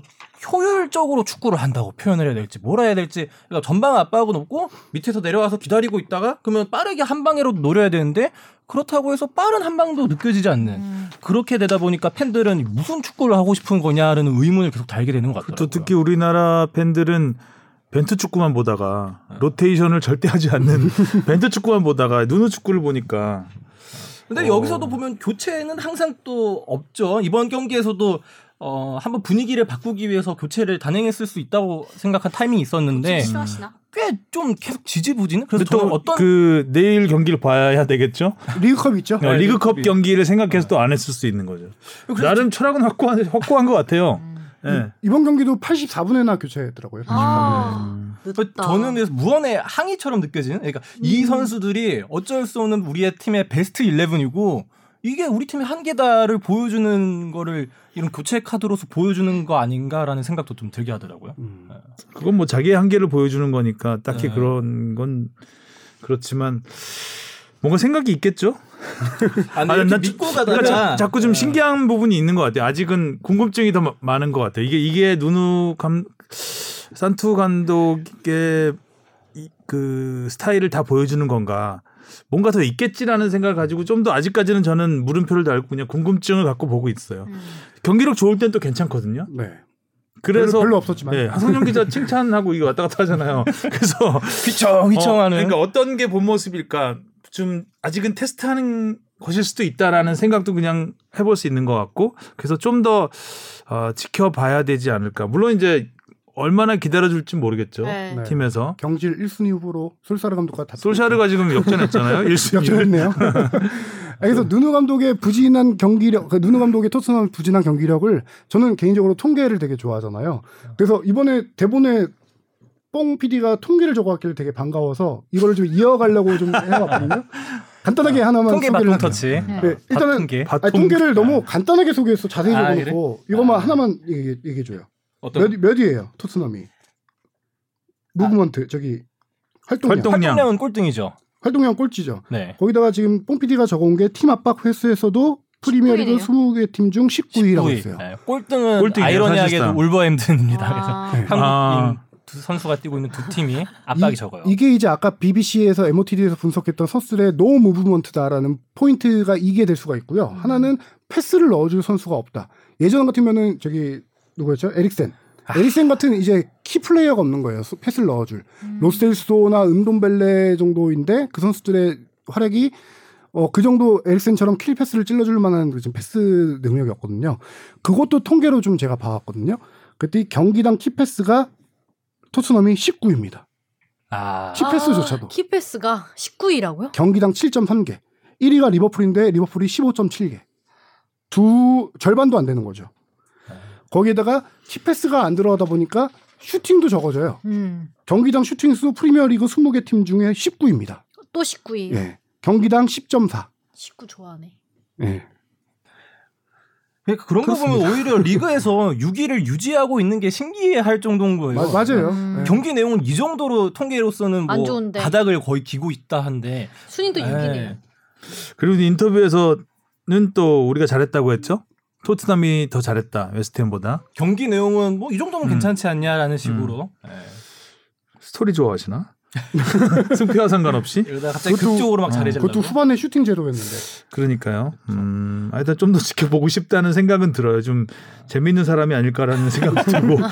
[SPEAKER 3] 효율적으로 축구를 한다고 표현을 해야 될지 뭐라 해야 될지 그러니까 전방 압박은 없고 밑에서 내려와서 기다리고 있다가 그러면 빠르게 한 방에라도 노려야 되는데 그렇다고 해서 빠른 한 방도 느껴지지
[SPEAKER 4] 네.
[SPEAKER 3] 않는
[SPEAKER 5] 음.
[SPEAKER 3] 그렇게 되다 보니까 팬들은 무슨 축구를 하고 싶은 거냐라는 의문을 계속 달게 되는 것 같더라고요.
[SPEAKER 2] 또 특히 우리나라 팬들은 벤투 축구만 보다가
[SPEAKER 3] 음.
[SPEAKER 2] 로테이션을 절대 하지 않는 벤투 축구만 보다가 누누 축구를 보니까
[SPEAKER 3] 근데
[SPEAKER 2] 어.
[SPEAKER 3] 여기서도 보면 교체는 항상 또 없죠. 이번 경기에서도 어, 한번 분위기를 바꾸기 위해서 교체를 단행했을 수 있다고 생각한 타이밍이
[SPEAKER 4] 네.
[SPEAKER 3] 있었는데
[SPEAKER 5] 싫어하시나?
[SPEAKER 3] 꽤 좀 계속 지지부진. 그래서
[SPEAKER 2] 근데
[SPEAKER 3] 저는
[SPEAKER 2] 또
[SPEAKER 3] 어떤
[SPEAKER 2] 그 내일 경기를 봐야 되겠죠.
[SPEAKER 4] 리그컵 있죠?
[SPEAKER 2] 어, 리그컵
[SPEAKER 3] 네, 리그컵이.
[SPEAKER 2] 경기를 생각해서 또 안 했을 수 있는 거죠.
[SPEAKER 3] 그래서 음.
[SPEAKER 2] 나름 철학은 확고한 확고한 것 같아요. 예.
[SPEAKER 4] 이번 경기도 84분에나 교체했더라고요. 음.
[SPEAKER 5] 아,
[SPEAKER 3] 그 저는 그래서 무언의 항의처럼 느껴지는. 그러니까
[SPEAKER 2] 음.
[SPEAKER 3] 이 선수들이 어쩔 수 없는 우리의 팀의 베스트 11이고 이게 우리 팀의 한계다를 보여주는 거를 이런 교체 카드로서 보여주는 거 아닌가라는 생각도 좀 들게 하더라고요.
[SPEAKER 4] 음.
[SPEAKER 2] 그건 뭐 자기의 한계를 보여주는 거니까 딱히
[SPEAKER 3] 네.
[SPEAKER 2] 그런 건 그렇지만 뭔가 생각이 있겠죠.
[SPEAKER 3] 아니,
[SPEAKER 2] 아,
[SPEAKER 3] 이렇게
[SPEAKER 2] 난
[SPEAKER 3] 믿고
[SPEAKER 2] 좀-
[SPEAKER 3] 가다가
[SPEAKER 2] 그러니까 자, 자꾸 좀
[SPEAKER 3] 네.
[SPEAKER 2] 신기한 부분이 있는 것 같아요. 아직은 궁금증이 더 마- 많은 것 같아요. 이게 이게 누누 감 산투 감독의 이- 그 스타일을 다 보여주는 건가? 뭔가 더 있겠지라는 생각을 가지고 좀 더 아직까지는 저는 물음표를 달고 그냥 궁금증을 갖고 보고 있어요.
[SPEAKER 5] 음.
[SPEAKER 2] 경기력 좋을 땐 또 괜찮거든요.
[SPEAKER 4] 네.
[SPEAKER 2] 그래서
[SPEAKER 4] 별로- 별로 없었지만.
[SPEAKER 2] 네, 하성룡 기자 칭찬하고 이거 왔다 갔다 하잖아요. 그래서
[SPEAKER 3] 휘청 휘청하는.
[SPEAKER 2] 어, 그러니까 어떤 게 본 모습일까? 좀 아직은 테스트하는 것일 수도 있다라는 생각도 그냥 해볼 수 있는 것 같고 그래서 좀 더 어, 지켜봐야 되지 않을까. 물론 이제 얼마나 기다려줄지 모르겠죠.
[SPEAKER 5] 네.
[SPEAKER 4] 네.
[SPEAKER 2] 팀에서
[SPEAKER 4] 경질 1순위 후보로 솔사르 감독과 다투
[SPEAKER 2] 솔샤르가 지금 역전했잖아요. 1순위를.
[SPEAKER 4] 역전했네요.
[SPEAKER 3] 예.
[SPEAKER 4] 아, 그래서 누누 감독의 부진한 경기력, 그 누누 감독의 토트넘 부진한 경기력을 저는 개인적으로 통계를 되게 좋아하잖아요. 그래서 이번에 대본에 뽕 PD가 통계를 적어왔길 되게 반가워서 이걸 좀 이어가려고 좀 해봤거든요. 간단하게 하나만
[SPEAKER 3] 통계
[SPEAKER 4] 소개를
[SPEAKER 3] 바톤
[SPEAKER 4] 할게요.
[SPEAKER 3] 터치.
[SPEAKER 4] 네, 일단은
[SPEAKER 3] 통계.
[SPEAKER 4] 아니, 통계를 너무 간단하게 소개해서 자세히
[SPEAKER 3] 아,
[SPEAKER 4] 적어놓고 이것만 하나만 얘기, 해줘요
[SPEAKER 3] 어떤
[SPEAKER 4] 몇, 몇 위예요? 토트넘이 무브먼트 저기 활동량
[SPEAKER 2] 활동- 활동량.
[SPEAKER 3] 활동량은 꼴등이죠.
[SPEAKER 4] 활동량 꼴찌죠.
[SPEAKER 3] 네.
[SPEAKER 4] 거기다가 지금 뽕피디가 적어온 게 팀 압박 횟수에서도 프리미어리그 20개 팀 중 19위라고
[SPEAKER 3] 꼴등이-
[SPEAKER 4] 했어요.
[SPEAKER 3] 네, 꼴등은
[SPEAKER 2] 꼴등이에요,
[SPEAKER 3] 아이러니하게도
[SPEAKER 2] 사실상.
[SPEAKER 3] 울버햄튼입니다. 그래서
[SPEAKER 2] 네.
[SPEAKER 5] 아,
[SPEAKER 3] 한국인 두 선수가 뛰고 있는 두 팀이 압박이
[SPEAKER 4] 이-
[SPEAKER 3] 적어요.
[SPEAKER 4] 이게 이제 아까 BBC에서 MOTD에서 분석했던 선수들의 노 무브먼트다라는 포인트가 이게 될 수가 있고요. 하나는 패스를 넣어줄 선수가 없다. 예전 같으면은 저기 누구였죠? 에릭센.
[SPEAKER 3] 아.
[SPEAKER 4] 에릭센 같은 이제 키 플레이어가 없는 거예요. 소- 패스를 넣어줄
[SPEAKER 5] 음.
[SPEAKER 4] 로셀소나 은돔벨레 정도인데 그 선수들의 활약이 어, 그 정도 에릭센처럼 킬 패스를 찔러줄 만한 그 지금 패스 능력이 없거든요. 그것도 통계로 좀 제가 봐왔거든요. 그때 경기당 키 패스가 토트넘이 19입니다.
[SPEAKER 3] 아,
[SPEAKER 4] 십- 키패스조차도.
[SPEAKER 5] 아, 키패스가 19위라고요?
[SPEAKER 4] 경기당 7.3개. 1위가 리버풀인데 리버풀이 15.7개. 두 절반도 안 되는 거죠. 거기에다가 키패스가 안 들어가다 보니까 슈팅도 적어져요.
[SPEAKER 5] 음.
[SPEAKER 4] 경기당 슈팅 수 프리미어리그 20개 팀 중에 19입니다.
[SPEAKER 5] 또 19위.
[SPEAKER 4] 예. 경기당 10.4.
[SPEAKER 5] 19 좋아하네.
[SPEAKER 4] 예.
[SPEAKER 3] 그러니까 그런 거 보면 오히려 리그에서 6위를 유지하고 있는 게 신기해할 정도인
[SPEAKER 2] 어,
[SPEAKER 3] 거예요. 네.
[SPEAKER 4] 마- 맞아요.
[SPEAKER 5] 음.
[SPEAKER 4] 예.
[SPEAKER 3] 경기 내용은 이 정도로 통계로서는
[SPEAKER 5] 안
[SPEAKER 3] 뭐
[SPEAKER 5] 좋은데.
[SPEAKER 3] 바닥을 거의 기고 있다 한데
[SPEAKER 5] 순위도
[SPEAKER 3] 예.
[SPEAKER 5] 6위네요.
[SPEAKER 2] 아, 그리고 인터뷰에서는 또 우리가 잘했다고 했죠. 토트넘이 더 잘했다 웨스트햄보다
[SPEAKER 3] 경기 내용은 뭐 이 정도면
[SPEAKER 2] 음.
[SPEAKER 3] 괜찮지 않냐라는 식으로 예.
[SPEAKER 2] 스토리 좋아하시나? 승패와 상관없이
[SPEAKER 3] 이러다 갑자기
[SPEAKER 4] 그것도-
[SPEAKER 3] 극적으로 막
[SPEAKER 2] 어,
[SPEAKER 3] 잘해지려고
[SPEAKER 4] 그것도 후반에 슈팅 제로였는데.
[SPEAKER 2] 그러니까요. 음, 하여튼 좀 더 지켜보고 싶다는 생각은 들어요. 좀 재밌는 사람이 아닐까라는 생각도 들고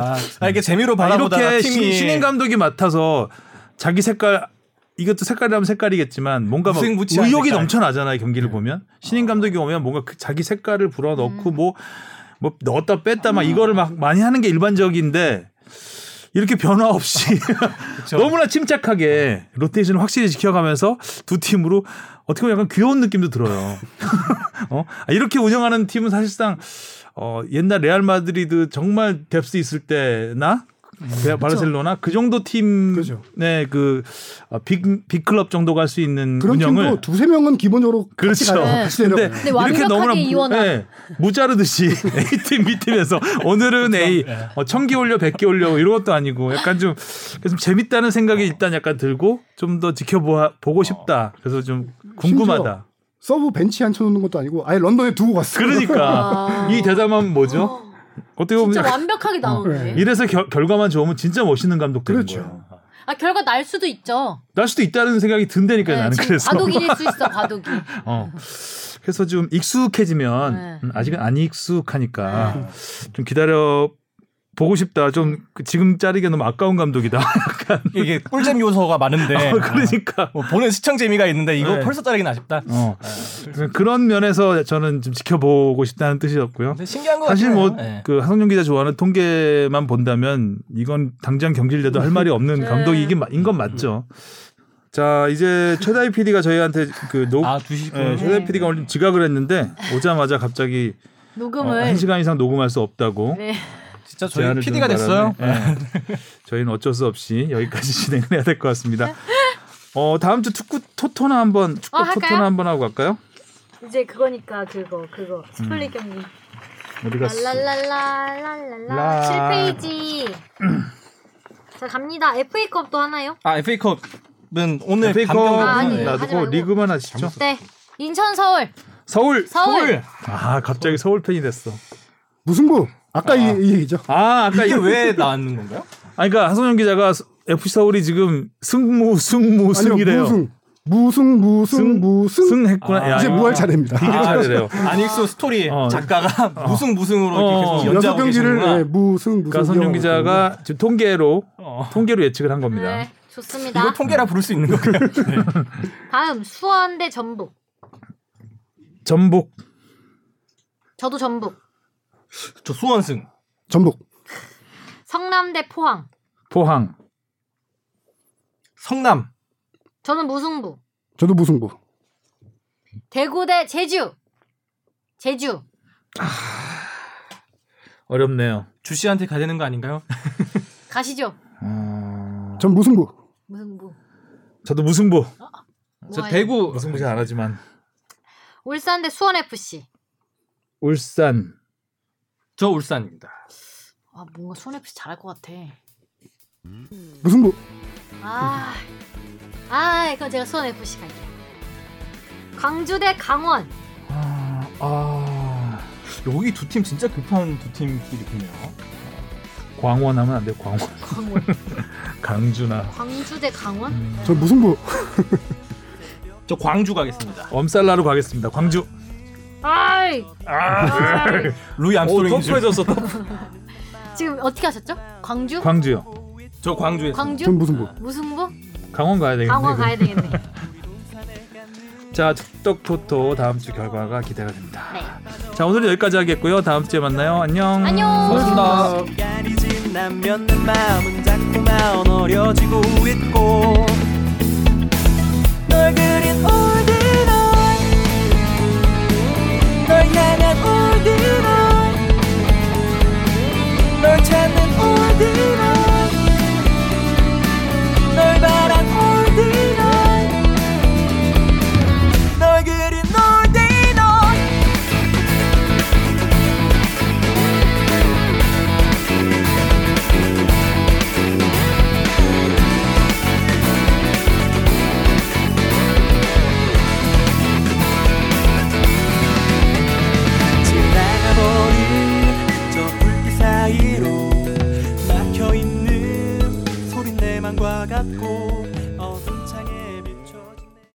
[SPEAKER 3] 아, 아, 이게 재미로
[SPEAKER 2] 아,
[SPEAKER 3] 바라보다가
[SPEAKER 2] 이렇게
[SPEAKER 3] 팀이
[SPEAKER 2] 신, 인 감독이 맡아서 자기 색깔 이것도 색깔이라면 색깔이겠지만 뭔가 막
[SPEAKER 3] 무색무취한
[SPEAKER 2] 의욕이
[SPEAKER 3] 색깔. 네. 어.
[SPEAKER 2] 넘쳐나잖아요 경기를 보면 신인 감독이 오면 뭔가 그 자기 색깔을 불어넣고 뭐 뭐 넣었다 뺐다 막 이거를 막 많이 하는 게 일반적인데 이렇게 변화 없이 너무나 침착하게 로테이션을 확실히 지켜가면서 두 팀으로 어떻게 보면 약간 귀여운 느낌도 들어요. 어? 아, 이렇게 운영하는 팀은 사실상 어, 옛날 레알 마드리드 정말 뎁스 있을 때나 레알 바르셀로나 그 정도
[SPEAKER 4] 그죠.
[SPEAKER 2] 팀의 네, 어, 그빅 빅클럽 정도 갈 수 있는
[SPEAKER 4] 그런
[SPEAKER 2] 운영을
[SPEAKER 4] 팀도 두세 명은 기본적으로 같이
[SPEAKER 2] 그렇죠.
[SPEAKER 4] 가요. 같이 내려가요.
[SPEAKER 5] 근데 완벽하게 이원화.
[SPEAKER 2] 예, 무자르듯이 A 팀, B 팀에서 오늘은
[SPEAKER 4] 그렇죠.
[SPEAKER 2] A
[SPEAKER 4] 예.
[SPEAKER 2] 어, 천개 올려, 백 개 올려 이런 것도 아니고 약간 좀, 그래서 좀 재밌다는 생각이 일단 약간 들고 좀 더
[SPEAKER 4] 어.
[SPEAKER 2] 지켜보고 싶다. 그래서 좀 궁금하다.
[SPEAKER 4] 서브 벤치 앉혀놓는 것도 아니고 아예 런던에 두고 갔어요.
[SPEAKER 2] 그러니까
[SPEAKER 5] 아.
[SPEAKER 2] 이 대담함 뭐죠? 어떻게 보면
[SPEAKER 5] 진짜
[SPEAKER 2] 약간
[SPEAKER 5] 완벽하게 나오네.
[SPEAKER 2] 이래서 결, 결과만 좋으면 진짜 멋있는 감독 되는
[SPEAKER 4] 그렇죠.
[SPEAKER 2] 거예요.
[SPEAKER 5] 아 결과 날 수도 있죠.
[SPEAKER 2] 날 수도 있다는 생각이 든다니까 요
[SPEAKER 5] 네,
[SPEAKER 2] 나는
[SPEAKER 5] 지금
[SPEAKER 2] 그래서.
[SPEAKER 5] 과도기일 수 있어. 과도기.
[SPEAKER 2] 어. 그래서 좀 익숙해지면
[SPEAKER 5] 네.
[SPEAKER 2] 음, 아직은 안 익숙하니까 좀 기다려 보고 싶다. 좀그 지금 자르기가 너무 아까운 감독이다. 약간
[SPEAKER 3] 이게 꿀잼 요소가 많은데
[SPEAKER 2] 그러니까
[SPEAKER 3] 뭐 보는 시청 재미가 있는데 이거
[SPEAKER 2] 네.
[SPEAKER 3] 벌써 자르긴 아쉽다.
[SPEAKER 2] 어. 그런 면에서 저는 좀 지켜보고 싶다는 뜻이었고요.
[SPEAKER 3] 근데 신기한 거
[SPEAKER 2] 사실
[SPEAKER 3] 같아요. 예.
[SPEAKER 2] 뭐 그 하성룡 기자 좋아하는 통계만 본다면 이건 당장 경질돼도 할 말이 없는 감독이긴 마- 인건 맞죠. 자 이제 최다희 PD가 저희한테 그 노.
[SPEAKER 3] 아 두시
[SPEAKER 2] 예, 최다희 PD가 오늘 지각을 했는데 오자마자 갑자기 어,
[SPEAKER 5] 녹음을.
[SPEAKER 2] 한 시간 이상 녹음할 수 없다고
[SPEAKER 5] 네.
[SPEAKER 3] 진짜 저희
[SPEAKER 2] 제안을
[SPEAKER 3] PD가
[SPEAKER 2] 주는
[SPEAKER 3] 됐어요.
[SPEAKER 2] 바람에, 예. 저희는 어쩔 수 없이 여기까지 진행을 해야 될 것 같습니다. 어 다음 주 축구 토토나 한번 축구
[SPEAKER 5] 어, 할까요?
[SPEAKER 2] 토토나 한번 하고 갈까요?
[SPEAKER 5] 이제 그거니까 그거 그거
[SPEAKER 2] 음.
[SPEAKER 5] 스플릿 경기.
[SPEAKER 2] 어디 갔어? 라.
[SPEAKER 5] 랄랄랄랄랄라 7페이지 자 갑니다 FA컵도 하나요?
[SPEAKER 3] 아 FA컵은 오늘
[SPEAKER 2] 페이커
[SPEAKER 5] 아, 아니, 아니에요.
[SPEAKER 3] 밤경기 예.
[SPEAKER 5] 하지
[SPEAKER 2] 네, 놔두고
[SPEAKER 5] 말고.
[SPEAKER 2] 리그만 하시죠.
[SPEAKER 5] 네 인천 서울
[SPEAKER 2] 서울.
[SPEAKER 5] 서울
[SPEAKER 2] 아 갑자기 서울 팬이 됐어.
[SPEAKER 4] 무승부. 아까 이, 이 얘기죠.
[SPEAKER 2] 아 아까
[SPEAKER 3] 이게
[SPEAKER 2] 이거
[SPEAKER 3] 왜 나왔는 건가요?
[SPEAKER 2] 아니 그러니까 하성현 기자가 스- FC 서울이 지금 승무 승무 승이래요.
[SPEAKER 4] 무승. 무승 무승 무승.
[SPEAKER 2] 했구나.
[SPEAKER 3] 아,
[SPEAKER 2] 야,
[SPEAKER 4] 이제
[SPEAKER 2] 이거
[SPEAKER 4] 무할 차례입니다.
[SPEAKER 2] 되게 잘해요.
[SPEAKER 3] 안익수 스토리
[SPEAKER 2] 어.
[SPEAKER 3] 작가가 무승 무승으로 이렇게
[SPEAKER 2] 어.
[SPEAKER 3] 계속
[SPEAKER 4] 여섯
[SPEAKER 3] 연장하고
[SPEAKER 4] 경기를
[SPEAKER 3] 계시는구나.
[SPEAKER 4] 예, 무승 무승.
[SPEAKER 2] 그러니까 하성현 기자가 지금 통계로
[SPEAKER 3] 어.
[SPEAKER 2] 통계로 예측을 한 겁니다.
[SPEAKER 5] 네 좋습니다
[SPEAKER 3] 이걸 통계라 부를 수 있는 건가요?
[SPEAKER 2] 네.
[SPEAKER 5] 다음 수원 대 전북
[SPEAKER 2] 전북
[SPEAKER 5] 저도 전북
[SPEAKER 3] 저 수원승
[SPEAKER 4] 전북
[SPEAKER 5] 성남 대 포항
[SPEAKER 2] 포항
[SPEAKER 3] 성남
[SPEAKER 5] 저는 무승부
[SPEAKER 4] 저도 무승부.
[SPEAKER 5] 대구 대 제주 제주
[SPEAKER 2] 어렵네요.
[SPEAKER 3] 주씨한테 가야 되는 거 아닌가요?
[SPEAKER 5] 가시죠
[SPEAKER 4] 전 무승부.
[SPEAKER 5] 무승부
[SPEAKER 2] 아, 저도 무승부.
[SPEAKER 3] 저
[SPEAKER 5] 뭐가요?
[SPEAKER 3] 대구
[SPEAKER 2] 어, 무승부 잘 안 하지만
[SPEAKER 5] 울산 대 수원 FC
[SPEAKER 2] 울산
[SPEAKER 3] 저 울산입니다.
[SPEAKER 1] 아 뭔가 손해 FC 잘할 것 같아.
[SPEAKER 4] 무승부
[SPEAKER 1] 아, 아 그럼 제가 손해 FC 갈게요. 광주 대 강원.
[SPEAKER 3] 아, 아 여기 두 팀 진짜 급한 두 팀끼리 보네요.
[SPEAKER 2] 광원하면 안 돼. 광원.
[SPEAKER 1] 강원.
[SPEAKER 2] 강주나
[SPEAKER 1] 광주 대 강원?
[SPEAKER 4] 저 무승부
[SPEAKER 3] 저 광주 가겠습니다.
[SPEAKER 2] 엄살라로 가겠습니다. 광주.
[SPEAKER 1] 아이. 아이.
[SPEAKER 3] 루이 암스트롱이
[SPEAKER 2] 오, 터프해졌어.
[SPEAKER 1] 지금 어떻게 하셨죠? 광주?
[SPEAKER 2] 광주요.
[SPEAKER 3] 저 광주에
[SPEAKER 1] 광주?
[SPEAKER 4] 전 무승부
[SPEAKER 1] 무승부?
[SPEAKER 2] 강원 가야 되겠네.
[SPEAKER 1] 강원
[SPEAKER 2] 그럼.
[SPEAKER 1] 가야 되겠네.
[SPEAKER 2] 자, 툭떡토토 다음 주 결과가 기대가 됩니다.
[SPEAKER 1] 네.
[SPEAKER 2] 자, 오늘은 여기까지 하겠고요. 다음 주에 만나요. 안녕.
[SPEAKER 1] 안녕.
[SPEAKER 3] 고맙습니다.
[SPEAKER 6] 시간이 지나면 내 마음은 자꾸만 어려지고 있고 널 그린 올드널 널 향한 올드널 널 찾는 올드널 널 바란 올드널 널 그린 올드널 지나가버린 저 불빛 사이로 막혀있는 소린 내 맘과 같고 어둠 창에